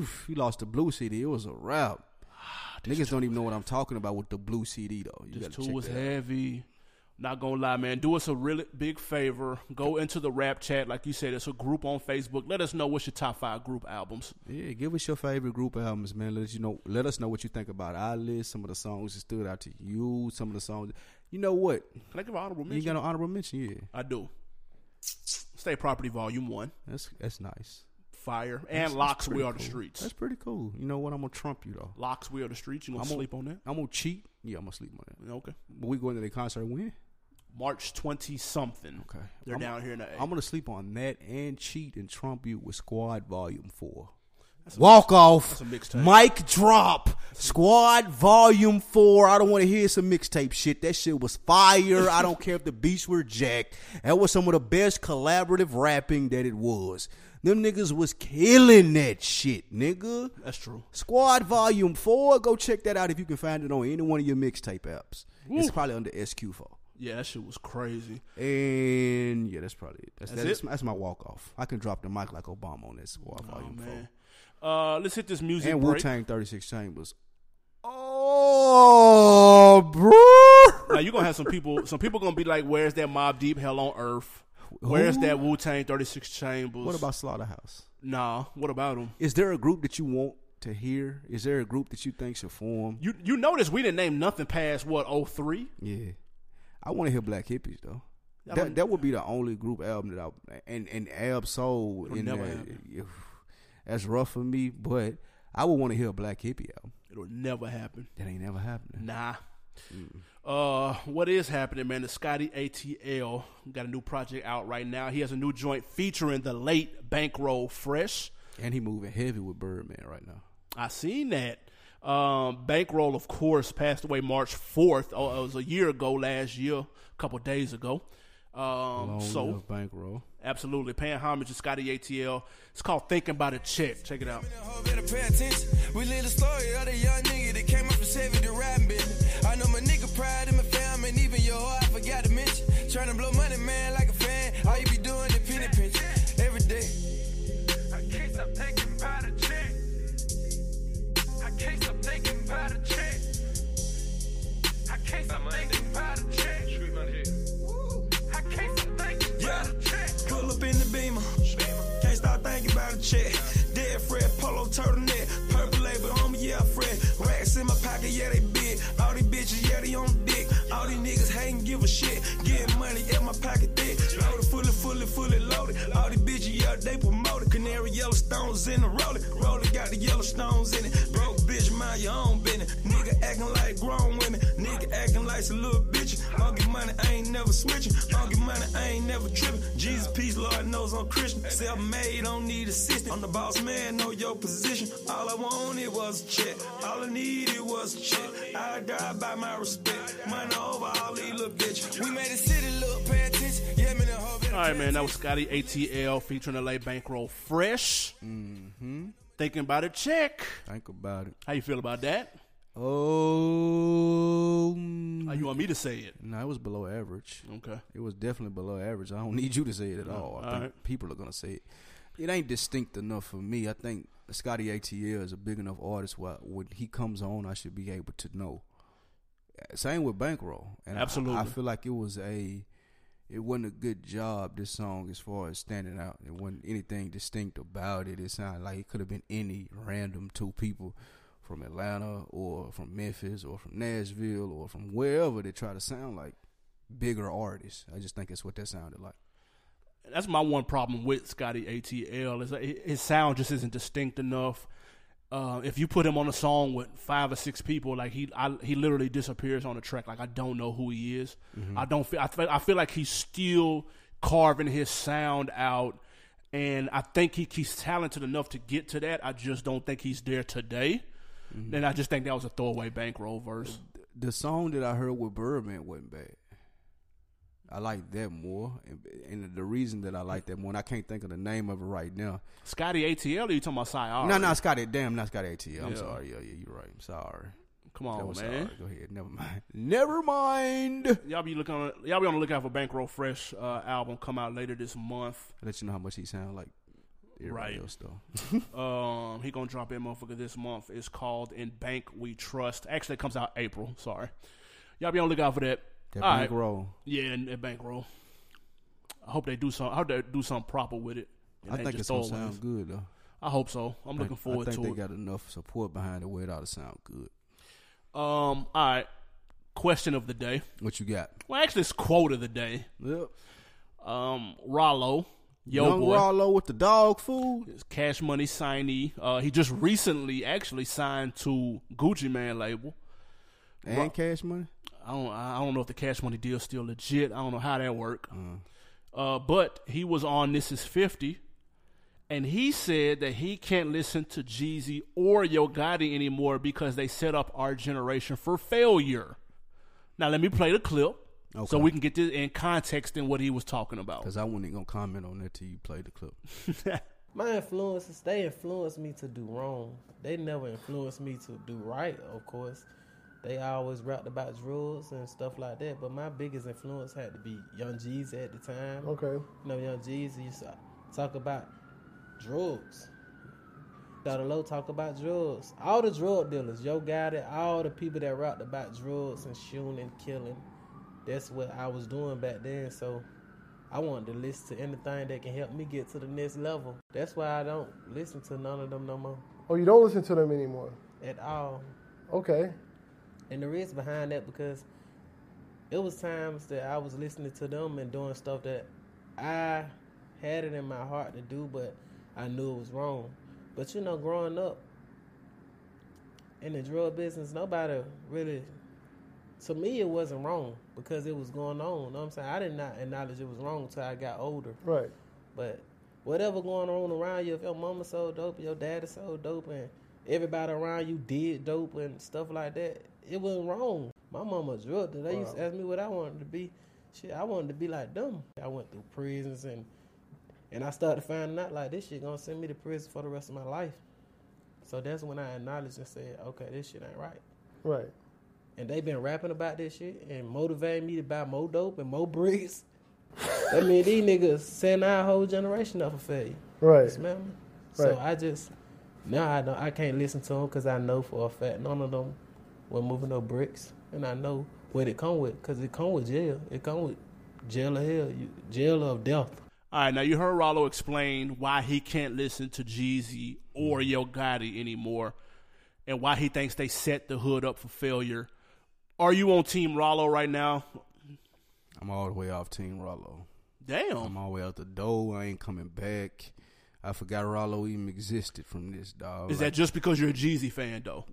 Speaker 2: Oof, you lost the blue CD. It was a wrap.
Speaker 1: Ah,
Speaker 2: Niggas don't even know what I'm talking about with the blue CD though. You
Speaker 1: This
Speaker 2: gotta
Speaker 1: too
Speaker 2: check
Speaker 1: was
Speaker 2: that out.
Speaker 1: heavy. Not gonna lie, man. Do us a really big favor. Go into the rap chat, like you said. It's a group on Facebook. Let us know what's your top five group albums.
Speaker 2: Yeah, give us your favorite group albums, man. Let us you know. Let us know what you think about our list. Some of the songs that stood out to you. Some of the songs. You know what?
Speaker 1: Can I give an honorable
Speaker 2: You
Speaker 1: mention?
Speaker 2: got an honorable mention. Yeah,
Speaker 1: I do. State Property Volume One,
Speaker 2: that's that's nice.
Speaker 1: Fire, and Locks. We
Speaker 2: pretty
Speaker 1: are the
Speaker 2: cool.
Speaker 1: streets.
Speaker 2: That's pretty cool. You know what? I'm gonna trump you though.
Speaker 1: Locks. We are the streets. You gonna
Speaker 2: I'm
Speaker 1: sleep on that?
Speaker 2: I'm gonna cheat. Yeah, I'm gonna sleep on that.
Speaker 1: Okay.
Speaker 2: But we going to the concert when?
Speaker 1: March twenty something.
Speaker 2: Okay.
Speaker 1: They're
Speaker 2: I'm-
Speaker 1: down here in the.
Speaker 2: I'm gonna sleep on that and cheat and trump you with Squad Volume Four. Walk off,
Speaker 1: a mixtape.
Speaker 2: mic drop, Squad Volume Four. I don't want to hear some mixtape shit. That shit was fire. I don't care if the beats were jacked. That was some of the best collaborative rapping that it was. Them niggas was killing that shit, nigga.
Speaker 1: That's true.
Speaker 2: Squad Volume Four. Go check that out if you can find it on any one of your mixtape apps. It's probably under SQ4.
Speaker 1: Yeah, that shit was crazy.
Speaker 2: And yeah, that's probably it. That's
Speaker 1: That's
Speaker 2: that's,
Speaker 1: it?
Speaker 2: My, that's my walk off. I can drop the mic like Obama on this squad volume
Speaker 1: Man.
Speaker 2: four.
Speaker 1: Uh, let's hit this music
Speaker 2: And Wu
Speaker 1: break.
Speaker 2: Tang Thirty Six Chambers. Oh, bro.
Speaker 1: Now you're gonna have some people. Some people gonna be like, "Where's that Mob Deep Hell on Earth? Where's
Speaker 2: Who?
Speaker 1: that Wu Tang 36 Chambers?
Speaker 2: What about Slaughterhouse?
Speaker 1: Nah, what about them?
Speaker 2: Is there a group that you want to hear? Is there a group that you think should form?
Speaker 1: You you notice we didn't name nothing past what 03?
Speaker 2: Yeah, I want to hear Black Hippies though. That, that would be the only group album that I and and Ab Soul in
Speaker 1: never
Speaker 2: there.
Speaker 1: happen.
Speaker 2: Ew. That's rough for me, but I would want to hear a Black Hippie album.
Speaker 1: It'll never happen.
Speaker 2: That ain't never happening.
Speaker 1: Nah. Uh, what is happening, man? The Scotty ATL got a new project out right now. He has a new joint featuring the late Bankroll Fresh.
Speaker 2: And he moving heavy with Birdman right now.
Speaker 1: I seen that. Um, Bankroll, of course, passed away March 4th. Oh, it was a year ago last year, a couple days ago. Um,
Speaker 2: Long
Speaker 1: so,
Speaker 2: live bankroll.
Speaker 1: absolutely. Paying homage to Scotty ATL. It's called Thinking About a Check. Check it out.
Speaker 9: Better pay attention. We live the story of the young nigga that came up from saving the rapping business. I know my nigga pride in my fam, and even your heart, I forgot to mention. Trying to blow money, man, like a fan. All you be doing is penny pinch every day.
Speaker 7: I can't stop thinking about a check. I can't stop thinking about a check. I can't stop thinking about a check. I can't stop thinking
Speaker 9: Yeah,
Speaker 7: about a check.
Speaker 9: pull up in the beamer. Can't stop thinking about a check. Dead Fred, polo turtleneck, purple label, homie, yeah, Fred. Racks in my pocket, yeah, they big. All these bitches, yeah, they on dick. All these niggas hating, give a shit. Getting money, yeah, my pocket thick. Loaded, fully, fully, fully loaded. All these bitches, yeah, they promoted. Canary yellow stones in the roller. Roller got the yellow stones in it. Broke bitch, mind your own business. Nigga acting like grown women. Nigga acting like some little bitches. Monkey money, I ain't never switching. Monkey money, I ain't never tripping. Jesus, peace, Lord knows I'm Christian. Self made, don't need assistance. I'm the boss man, know your position. All I wanted was a check. All I needed was a check. I die by my respect. Money over all these little bitches. We made the city look, pay attention. Yeah, man, the whole
Speaker 1: All right, man. That was Scotty ATL featuring LA Bankroll Fresh. Mm-hmm. Thinking about a check.
Speaker 2: Think about it.
Speaker 1: How you feel about that?
Speaker 2: Oh,
Speaker 1: How
Speaker 2: no,
Speaker 1: you want me to say it?
Speaker 2: it was below average.
Speaker 1: Okay.
Speaker 2: It was definitely below average. I don't need you to say it at all. I think
Speaker 1: right.
Speaker 2: people are gonna say it. It ain't distinct enough for me. I think Scotty ATL is a big enough artist. Where when he comes on, I should be able to know. Same with Bankroll. And I-
Speaker 1: Absolutely.
Speaker 2: I, feel like it was a. It wasn't a good job. This song, as far as standing out, it wasn't anything distinct about it. It sounded like it could have been any random two people from Atlanta or from Memphis or from Nashville or from wherever that try to sound like bigger artists. I just think it's what that sounded like.
Speaker 1: That's my one problem with Scotty ATL is that hi- his sound just isn't distinct enough. Uh, if you put him on a song with five or six people, like he I, he literally disappears on the track. Like I don't know who he is.
Speaker 2: Mm-hmm.
Speaker 1: I don't feel I, feel I feel like he's still carving his sound out, and I think he, he's talented enough to get to that. I just don't think he's there today.
Speaker 2: Mm-hmm.
Speaker 1: And I just think that was a throwaway bankroll verse.
Speaker 2: The song that I heard with Birdman wasn't bad. I like that more, and, and the reason that I like that more, and I can't think of the name of it right now.
Speaker 1: Scotty ATL, or you talking about Cy?
Speaker 2: No, no, Scotty. Damn, not Scotty ATL. I'm
Speaker 1: Yeah.
Speaker 2: sorry. Yeah, yeah, you're right. I'm sorry.
Speaker 1: come
Speaker 2: That
Speaker 1: on,
Speaker 2: was
Speaker 1: man.
Speaker 2: sorry. Go ahead. Never mind. Never mind.
Speaker 1: Y'all be looking on y'all be on the lookout for Bankroll Fresh uh, album come out later this month.
Speaker 2: I'll let you know how much he sound like everybody
Speaker 1: Right.
Speaker 2: else, though.
Speaker 1: Um, he gonna drop in motherfucker this month. It's called In Bank We Trust. Actually, it comes out April. Sorry, y'all be on the lookout for that.
Speaker 2: That
Speaker 1: All
Speaker 2: bank
Speaker 1: right.
Speaker 2: roll.
Speaker 1: Yeah, and that bankroll. I hope they do some. I hope they do something proper with it. and
Speaker 2: I
Speaker 1: not
Speaker 2: think
Speaker 1: just
Speaker 2: it's
Speaker 1: throw
Speaker 2: gonna
Speaker 1: it away.
Speaker 2: sound good though.
Speaker 1: I hope so. I'm looking
Speaker 2: I-
Speaker 1: forward
Speaker 2: I think
Speaker 1: to
Speaker 2: they
Speaker 1: it.
Speaker 2: got enough support behind it where it ought to sound good.
Speaker 1: um. All right. Question of the day.
Speaker 2: What you got?
Speaker 1: Well, actually, it's quote of the day.
Speaker 2: Yep.
Speaker 1: Um, Rollo, yo
Speaker 2: Young
Speaker 1: boy,
Speaker 2: Rollo with the dog food.
Speaker 1: is Cash Money signee. Uh, he just recently actually signed to Gucci Man label.
Speaker 2: And cash money.
Speaker 1: I don't I don't know if the cash money deal's still legit. I don't know how that work. Uh, but he was on This Is 50 and he said that he can't listen to Jeezy or Yo Gotti anymore because they set up our generation for failure. Now let me play the clip so we can get this in context in what he was talking about.
Speaker 2: Cause I wasn't gonna comment on that till you play the clip.
Speaker 10: My influences, they influenced me to do wrong. They never influenced me to do right, of course. They always rapped about drugs and stuff like that. But my biggest influence had to be Young Jeezy at the time. Okay. You know, Young Jeezy used to talk about drugs. Dada Low talk about drugs. All the drug dealers, Yo Gotti, all the people that rapped about drugs and shooting and killing. That's what I was doing back then. So I wanted to listen to anything that can help me get to the next level. That's why I don't listen to none of them no more
Speaker 11: Oh, you don't listen to them anymore.
Speaker 10: at all.
Speaker 11: Okay.
Speaker 10: And the reason behind that because it was times that I was listening to them and doing stuff that I had it in my heart to do, but I knew it was wrong. But you know, growing up in the drug business, nobody really to me it wasn't wrong because it was going on. You know what I'm saying? I did not acknowledge it was wrong until I got older.
Speaker 11: Right.
Speaker 10: But whatever going on around you, if your mama so dope, your daddy so dope, and everybody around you did dope and stuff like that, it wasn't wrong. My mama drug They used to ask me what I wanted to be. Shit, I wanted to be like them. I went through prisons and and I started finding out like this shit gonna send me to prison for the rest of my life. So that's when I acknowledged and said, okay, this shit ain't right.
Speaker 11: Right.
Speaker 10: And they been rapping about this shit and motivating me to buy more dope and more bricks. I mean, these niggas setting our whole generation up for failure.
Speaker 11: Right.
Speaker 10: You smell me? So
Speaker 11: Right.
Speaker 10: I just now I know I can't listen to them because I know for a fact none of them were moving no bricks, and I know what it come with because it come with jail. It come with jail of hell, you, jail of death.
Speaker 1: All right, now you heard Rollo explain why he can't listen to Jeezy or
Speaker 2: Mm-hmm.
Speaker 1: Yo Gotti anymore and why he thinks they set the hood up for failure. Are you on Team Rollo right now?
Speaker 2: I'm all the way off Team Rollo. I'm
Speaker 1: Damn.
Speaker 2: all the way out the door. I ain't coming back. I forgot Rollo even existed from this dog.
Speaker 1: Is that just because you're a Jeezy fan, though?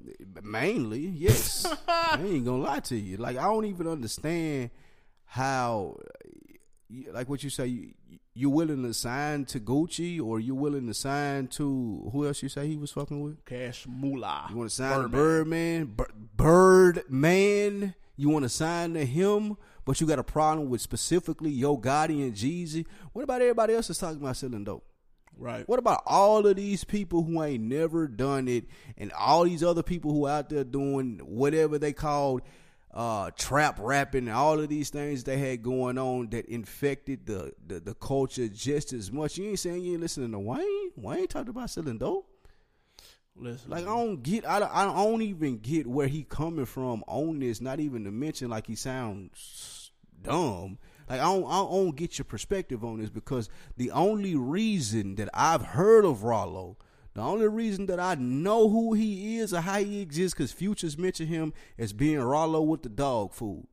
Speaker 2: mainly? Yes. I ain't gonna lie to you. Like I don't even understand how, you- like what you say, you, you're willing to sign to Gucci or you're willing to sign to who else? You say he was fucking with.
Speaker 1: Cash Moolah.
Speaker 2: You want to sign Birdman. Birdman? Bir- Birdman. You want to sign to him, but you got a problem with specifically Yo Gotti and Jeezy. What about everybody else that's talking about selling dope?
Speaker 1: Right.
Speaker 2: What about all of these people who ain't never done it, and all these other people who out there doing whatever they called uh, trap rapping, and all of these things they had going on that infected the, the the culture just as much? You ain't saying you ain't listening to Wayne. Wayne talked about selling dope.
Speaker 1: Listen.
Speaker 2: Like I don't get, I don't, I don't even get where he coming from on this. Not even to mention, like he sounds dumb. Like I don't, I don't get your perspective on this because the only reason that I've heard of Rollo, the only reason that I know who he is or how he exists, because Futures mentioned him as being Rollo with the dog food.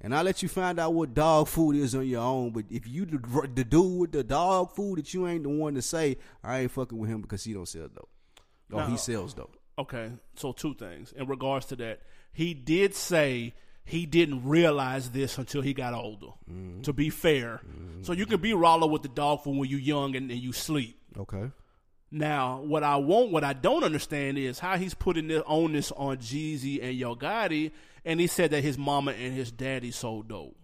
Speaker 2: And I'll let you find out what dog food is on your own. But if you the, the dude with the dog food, that you ain't the one to say I ain't fucking with him because he don't sell dope. Oh, he sells dope.
Speaker 1: Okay, so two things in regards to that. He did say he didn't realize this until he got older.
Speaker 2: Mm-hmm.
Speaker 1: To be fair, so you can be Rollo with the dog food when you're young and, and you sleep.
Speaker 2: Okay.
Speaker 1: Now, what I won't, what I don't understand is how he's putting the onus on Jeezy and Yo Gotti, and he said that his mama and his daddy sold dope,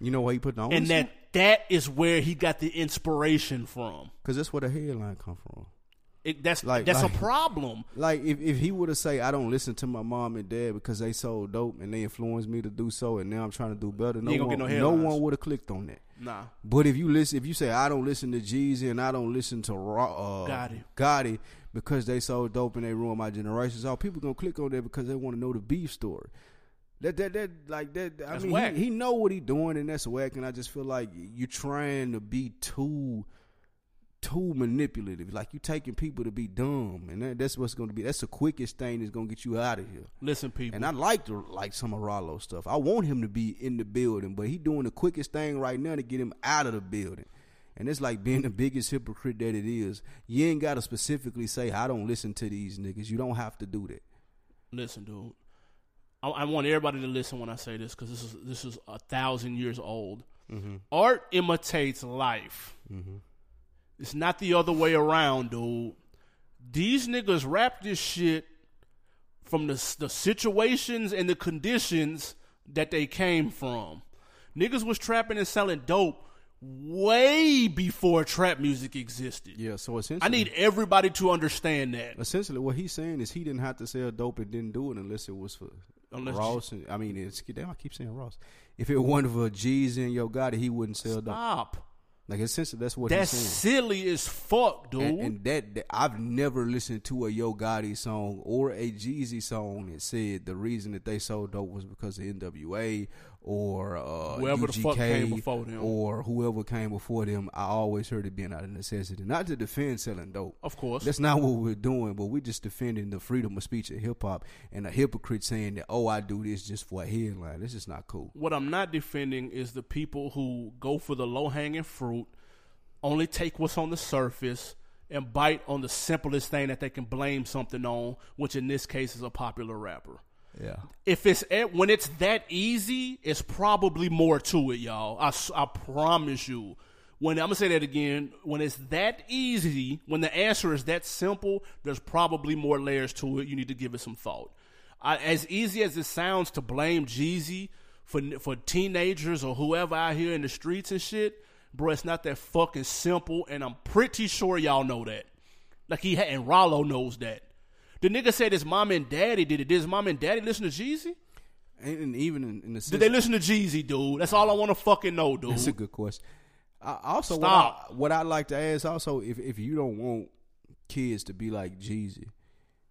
Speaker 2: You know why you put it on?
Speaker 1: and that that is where he got the inspiration from.
Speaker 2: because that's where the headline come from.
Speaker 1: It, that's
Speaker 2: Like-
Speaker 1: that's
Speaker 2: like-
Speaker 1: a problem.
Speaker 2: Like if, if he would have say I don't listen to my mom and dad because they sold dope and they influenced me to do so and now I'm trying to do better. No
Speaker 1: ain't
Speaker 2: one,
Speaker 1: gonna get no
Speaker 2: no one
Speaker 1: headlines.
Speaker 2: would have clicked on that.
Speaker 1: Nah,
Speaker 2: But if you listen, if you say I don't listen to Jeezy and I don't listen to Ra- uh,
Speaker 1: Gotti.
Speaker 2: Gotti because they sold dope and they ruined my generation, so people gonna click on that because they want to know the beef story. That that that like that. I
Speaker 1: That's
Speaker 2: mean,
Speaker 1: whack.
Speaker 2: He, he know what he doing, and that's whack. And I just feel like you're trying to be too too manipulative. Like you taking people to be dumb, and that, that's what's going to be. That's the quickest thing that's going to get you out of here.
Speaker 1: Listen, people.
Speaker 2: And I like the, like some of Rollo stuff. I want him to be in the building, but he doing the quickest thing right now to get him out of the building. And it's like being the biggest hypocrite that it is. You ain't gotta specifically say I don't listen to these niggas. You don't have to do that.
Speaker 1: Listen, dude. I, I want everybody to listen when I say this because this is this is a thousand years old. Art imitates life. It's not the other way around, dude. These niggas rap this shit from the s- the situations and the conditions that they came from. Niggas was trapping and selling dope way before trap music existed.
Speaker 2: Yeah. So essentially,
Speaker 1: I need everybody to understand that.
Speaker 2: Essentially, what he's saying is he didn't have to sell dope and didn't do it unless it was for
Speaker 1: Unless-
Speaker 2: Ross. And, I mean, it's, damn, I keep saying Ross. If it wasn't for Jeezy and Yo Gotti, he wouldn't sell dope.
Speaker 1: Stop.
Speaker 2: Like essentially, that's what
Speaker 1: That's
Speaker 2: he's saying.
Speaker 1: silly as fuck, dude.
Speaker 2: And, and that, that- I've never listened to a Yo Gotti song or a Jeezy song that said the reason that they sold dope was because of NWA or uh,
Speaker 1: Whoever the
Speaker 2: UGK
Speaker 1: fuck came before them.
Speaker 2: or whoever came before them. I always heard it being out of necessity, not to defend selling dope.
Speaker 1: Of course.
Speaker 2: That's not what we're doing, but we're just defending the freedom of speech of hip hop and a hypocrite saying that, oh, I do this just for a headline. This is not cool.
Speaker 1: what I'm not defending is the people who go for the low hanging fruit, only take what's on the surface, and bite on the simplest thing that they can blame something on, which in this case is a popular rapper.
Speaker 2: Yeah.
Speaker 1: If it's at, when it's that easy, it's probably more to it, y'all. I, s- I promise you. When I'm gonna say that again, when it's that easy, when the answer is that simple, there's probably more layers to it. You need to give it some thought. I, as easy as it sounds to blame Jeezy for for teenagers or whoever out here in the streets and shit, bro, it's not that fucking simple. And I'm pretty sure y'all know that. Like he had, and Rollo knows that. The nigga said his mom and daddy did it. Did his mom and daddy listen to Jeezy?
Speaker 2: And, and even in, in the
Speaker 1: Did they listen to Jeezy, dude? That's all I want to fucking know, dude.
Speaker 2: That's a good question. I also what I,
Speaker 1: Stop.
Speaker 2: what I like to ask also if if you don't want kids to be like Jeezy,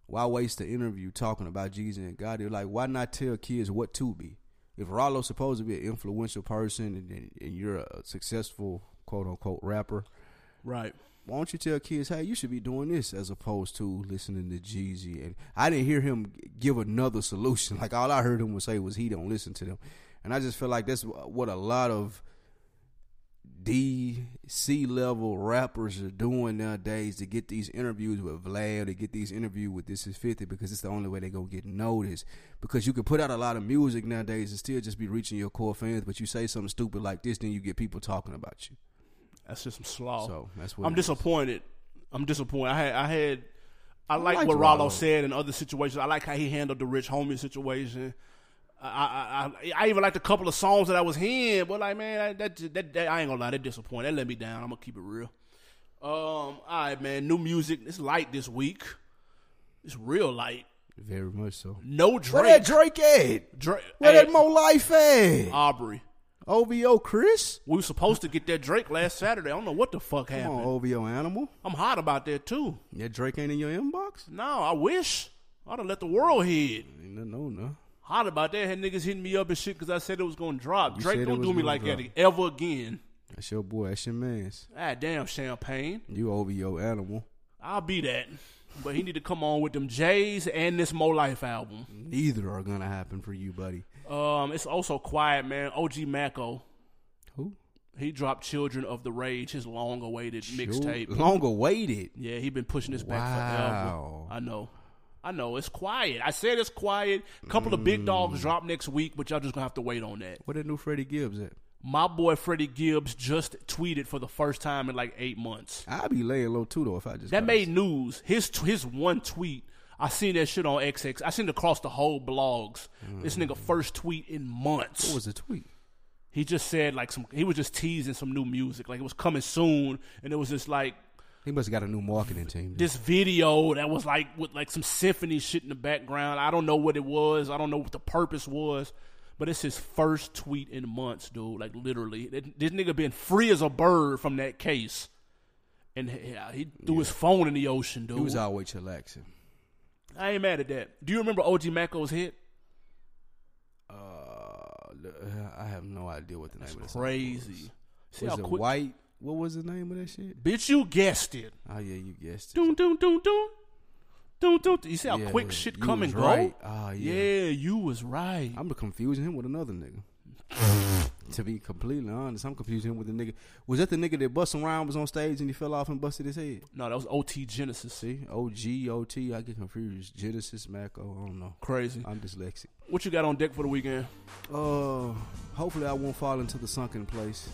Speaker 2: why waste the interview talking about Jeezy and Gotti? Like, why not tell kids what to be? If Rollo's supposed to be an influential person and, and, and you're a successful quote unquote rapper,
Speaker 1: right.
Speaker 2: why don't you tell kids, hey, you should be doing this as opposed to listening to Jeezy? And I didn't hear him g- give another solution. Like all I heard him say was he don't listen to them, and I just feel like that's wh- what a lot of D C level rappers are doing nowadays to get these interviews with Vlad, to get these interviews with This Is Fifty, because it's the only way they gonna get noticed. Because you can put out a lot of music nowadays and still just be reaching your core fans, but you say something stupid like this, then you get people talking about you.
Speaker 1: That's just some slaw.
Speaker 2: So, that's what
Speaker 1: Oh. I'm
Speaker 2: it is.
Speaker 1: disappointed. I'm disappointed. I had I had I like
Speaker 2: liked
Speaker 1: what Rollo,
Speaker 2: Rollo.
Speaker 1: said in other situations. I like how he handled the rich homie situation. I I, I I even liked a couple of songs that I was hearing, but like man, that that, that, that I ain't gonna lie, that disappointed. That let me down. I'm gonna keep it real. Um, all right, man. New music. It's light this week. It's real light.
Speaker 2: Very much so.
Speaker 1: No
Speaker 2: Where
Speaker 1: Drake.
Speaker 2: that Drake at?
Speaker 1: Drake.
Speaker 2: Where
Speaker 1: Hey,
Speaker 2: that Mo Life at?
Speaker 1: Aubrey.
Speaker 2: OVO Chris?
Speaker 1: We were supposed to get that Drake last Saturday. I don't know what the fuck
Speaker 2: Come on,
Speaker 1: happened.
Speaker 2: OVO Animal.
Speaker 1: I'm hot about that too.
Speaker 2: That Drake ain't in your inbox?
Speaker 1: No, I wish I'd have let the world hit.
Speaker 2: No, no, no.
Speaker 1: Hot about that. Had niggas hitting me up and shit because I said it was gonna drop.
Speaker 2: You said
Speaker 1: Drake
Speaker 2: it
Speaker 1: don't
Speaker 2: was
Speaker 1: do me
Speaker 2: gonna
Speaker 1: like
Speaker 2: drop.
Speaker 1: that ever again.
Speaker 2: That's your boy. That's your man's.
Speaker 1: Ah, damn champagne.
Speaker 2: You OVO Animal.
Speaker 1: I'll be that. But he need to come on with them J's and this Mo Life album.
Speaker 2: Neither are gonna happen for you, buddy.
Speaker 1: Um, it's also quiet, man. OG Mako.
Speaker 2: Who?
Speaker 1: He dropped Children of the Rage, his long awaited mixtape.
Speaker 2: Sure. Long awaited.
Speaker 1: Yeah, he been pushing this back
Speaker 2: Wow.
Speaker 1: forever. I know. I know. It's quiet. I said it's quiet. A couple of
Speaker 2: Mm.
Speaker 1: big dogs drop next week, but y'all just gonna have to wait on that.
Speaker 2: Where that new Freddie Gibbs at?
Speaker 1: My boy Freddie Gibbs just tweeted for the first time in like eight months.
Speaker 2: I'd be laying low too though if I just
Speaker 1: That
Speaker 2: got
Speaker 1: made
Speaker 2: this.
Speaker 1: news. His his one tweet. I seen that shit on XX. I seen it across the whole blogs. This nigga first tweet in months.
Speaker 2: what Mm. was the tweet?
Speaker 1: he just said like some. He was just teasing some new music. Like it was coming soon, and it was just like
Speaker 2: He must have got a new marketing team.
Speaker 1: this video that was like with like some symphony shit in the background. I don't know what it was. I don't know what the purpose was. But it's his first tweet in months, dude. Like literally, That- this nigga been free as a bird from that case, and he- yeah, he threw his phone in the ocean, dude.
Speaker 2: he was always chillaxing.
Speaker 1: I ain't mad at that. Do you remember OG Maco's hit?
Speaker 2: Uh, the, uh, I have no idea what the name of this
Speaker 1: crazy.
Speaker 2: album was.
Speaker 1: See
Speaker 2: was
Speaker 1: how
Speaker 2: it
Speaker 1: quick-
Speaker 2: white? What was the name of that shit?
Speaker 1: Bitch, you guessed it.
Speaker 2: Oh yeah, you guessed it.
Speaker 1: Doom, doom, doom, doom. Doom, doom. You see how
Speaker 2: Yeah,
Speaker 1: quick shit
Speaker 2: you
Speaker 1: come
Speaker 2: was
Speaker 1: and go?
Speaker 2: right. Ah, yeah.
Speaker 1: you was right.
Speaker 2: I'm confusing him with another nigga. to be completely honest, I'm confusing him with the nigga. Was that the nigga that busting around was on stage and he fell off and busted his head?
Speaker 1: No, that was OT Genesis.
Speaker 2: See, O G O T. I get confused. Genesis, Maco. I don't know.
Speaker 1: Crazy.
Speaker 2: I'm dyslexic.
Speaker 1: What you got on deck for the weekend?
Speaker 2: Uh, hopefully I won't fall into the sunken place.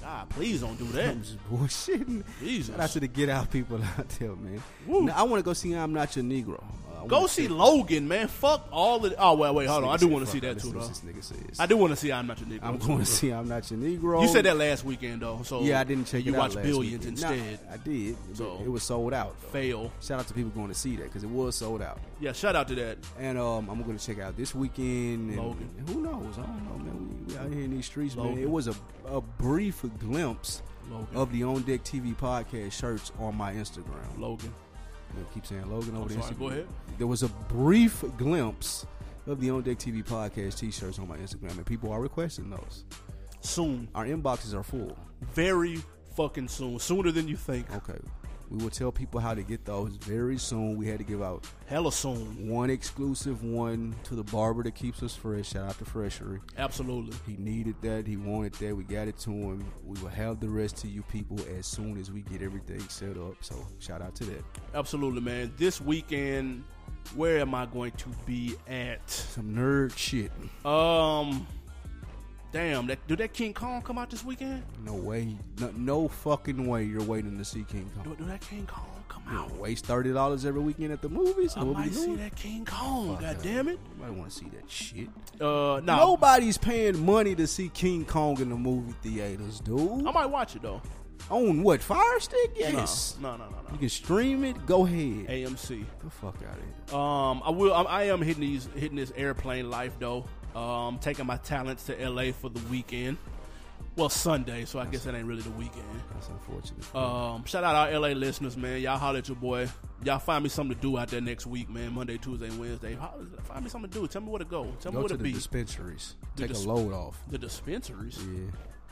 Speaker 1: God, please don't do that.
Speaker 2: I'm just bullshitting.
Speaker 1: Jesus.
Speaker 2: Shout out to the Get Out people out there, man.
Speaker 1: Woo.
Speaker 2: Now, I want to go see I'm Not Your Negro. Uh, I
Speaker 1: Go
Speaker 2: wanna
Speaker 1: see Logan, man. Fuck all the. Oh wait, wait,
Speaker 2: this
Speaker 1: hold on.
Speaker 2: nigga
Speaker 1: I do
Speaker 2: said,
Speaker 1: want to
Speaker 2: fuck
Speaker 1: see
Speaker 2: it.
Speaker 1: that too,
Speaker 2: Listen to
Speaker 1: though.
Speaker 2: what This nigga says.
Speaker 1: I do want to see. I'm not your nigga.
Speaker 2: I'm going to see I'm Not Your Negro.
Speaker 1: You said that last weekend though, so
Speaker 2: Yeah, I didn't check
Speaker 1: Oh, You
Speaker 2: it out
Speaker 1: watched
Speaker 2: last
Speaker 1: Billions
Speaker 2: weekend. Nah,
Speaker 1: instead.
Speaker 2: I did. but
Speaker 1: So-
Speaker 2: it was sold out. though.
Speaker 1: Fail.
Speaker 2: Shout out to people going to see that because it was sold out.
Speaker 1: Yeah, shout out to that.
Speaker 2: And um, I'm going to check out this weekend. And,
Speaker 1: Logan.
Speaker 2: and who knows? I don't know, man. We, we out here in these streets,
Speaker 1: Logan.
Speaker 2: man. It was a, a brief glimpse
Speaker 1: Logan.
Speaker 2: of the On Deck TV podcast shirts on my Instagram.
Speaker 1: Logan.
Speaker 2: You know, keep saying Logan over
Speaker 1: I'm
Speaker 2: there.
Speaker 1: sorry,
Speaker 2: Instagram.
Speaker 1: go ahead.
Speaker 2: There was a brief glimpse of the On Deck TV podcast T-shirts on my Instagram, and people are requesting those.
Speaker 1: Soon,
Speaker 2: Our inboxes are full.
Speaker 1: very fucking soon, sooner than you think.
Speaker 2: Okay, we will tell people how to get those very soon. We had to give out
Speaker 1: Hella soon.
Speaker 2: one exclusive one to the barber that keeps us fresh. Shout out to Freshery.
Speaker 1: Absolutely.
Speaker 2: He needed that. He wanted that. We got it to him. We will have the rest to you people as soon as we get everything set up. So shout out to that.
Speaker 1: Absolutely, man. This weekend, where am I going to be at?
Speaker 2: Some nerd shit.
Speaker 1: Um, damn. That do that King Kong come out this weekend?
Speaker 2: No way. No, no fucking way. You're waiting to see King Kong.
Speaker 1: Do, do that King Kong come out?
Speaker 2: Waste thirty dollars every weekend at the movies.
Speaker 1: I
Speaker 2: What we
Speaker 1: might see
Speaker 2: doing?
Speaker 1: that King Kong. God
Speaker 2: that.
Speaker 1: damn it.
Speaker 2: Nobody want to see that shit.
Speaker 1: Uh, no.
Speaker 2: Nobody's paying money to see King Kong in the movie theaters, dude.
Speaker 1: I might watch it though.
Speaker 2: On what Fire Stick? Yes.
Speaker 1: No, no, no, no.
Speaker 2: You
Speaker 1: no.
Speaker 2: can stream it. Go ahead.
Speaker 1: AMC.
Speaker 2: The fuck out of here.
Speaker 1: Um, I will. I, I am hitting these, hitting this airplane life though. Um, taking my talents to LA for the weekend. Well, Sunday, so I guess that ain't really the weekend.
Speaker 2: That's unfortunate.
Speaker 1: Um, shout out our LA listeners, man. Y'all holler at your boy. Y'all find me something to do out there next week, man. Monday, Tuesday, and Wednesday. Holler- Find me something to do. Tell me where to go. Tell me
Speaker 2: go
Speaker 1: where
Speaker 2: to
Speaker 1: to,
Speaker 2: the
Speaker 1: be.
Speaker 2: dispensaries.
Speaker 1: The
Speaker 2: Take
Speaker 1: disp-
Speaker 2: a load off.
Speaker 1: the dispensaries.
Speaker 2: Yeah.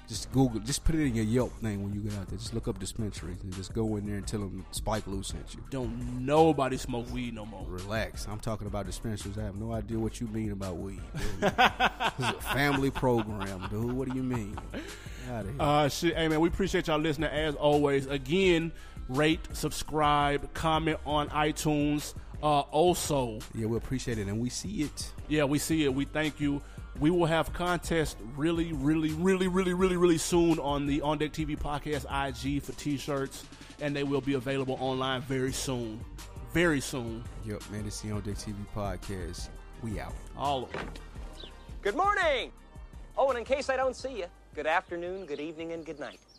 Speaker 2: Just Google. Just put it in your Yelp thing when you get out there. Just look up dispensaries and just go in there and tell them Spike Lee sent you.
Speaker 1: Don't nobody smoke weed no more.
Speaker 2: Relax. I'm talking about dispensaries. I have no idea what you mean about weed. dude. this is a family program, dude. What do you mean? Outta here.
Speaker 1: Uh, shit, hey man, we appreciate y'all listening as always. Again, rate, subscribe, comment on iTunes. Uh, also,
Speaker 2: yeah, we appreciate it and we see it.
Speaker 1: yeah, we see it. We thank you. We will have contests really, really, really, really, really, really soon on the On Deck TV podcast IG for t-shirts, and they will be available online very soon. Very soon.
Speaker 2: Yep, man. It's the On Deck TV podcast. We out.
Speaker 1: All of them.
Speaker 12: Good morning! Oh, and in case I don't see you, good afternoon, good evening, and good night.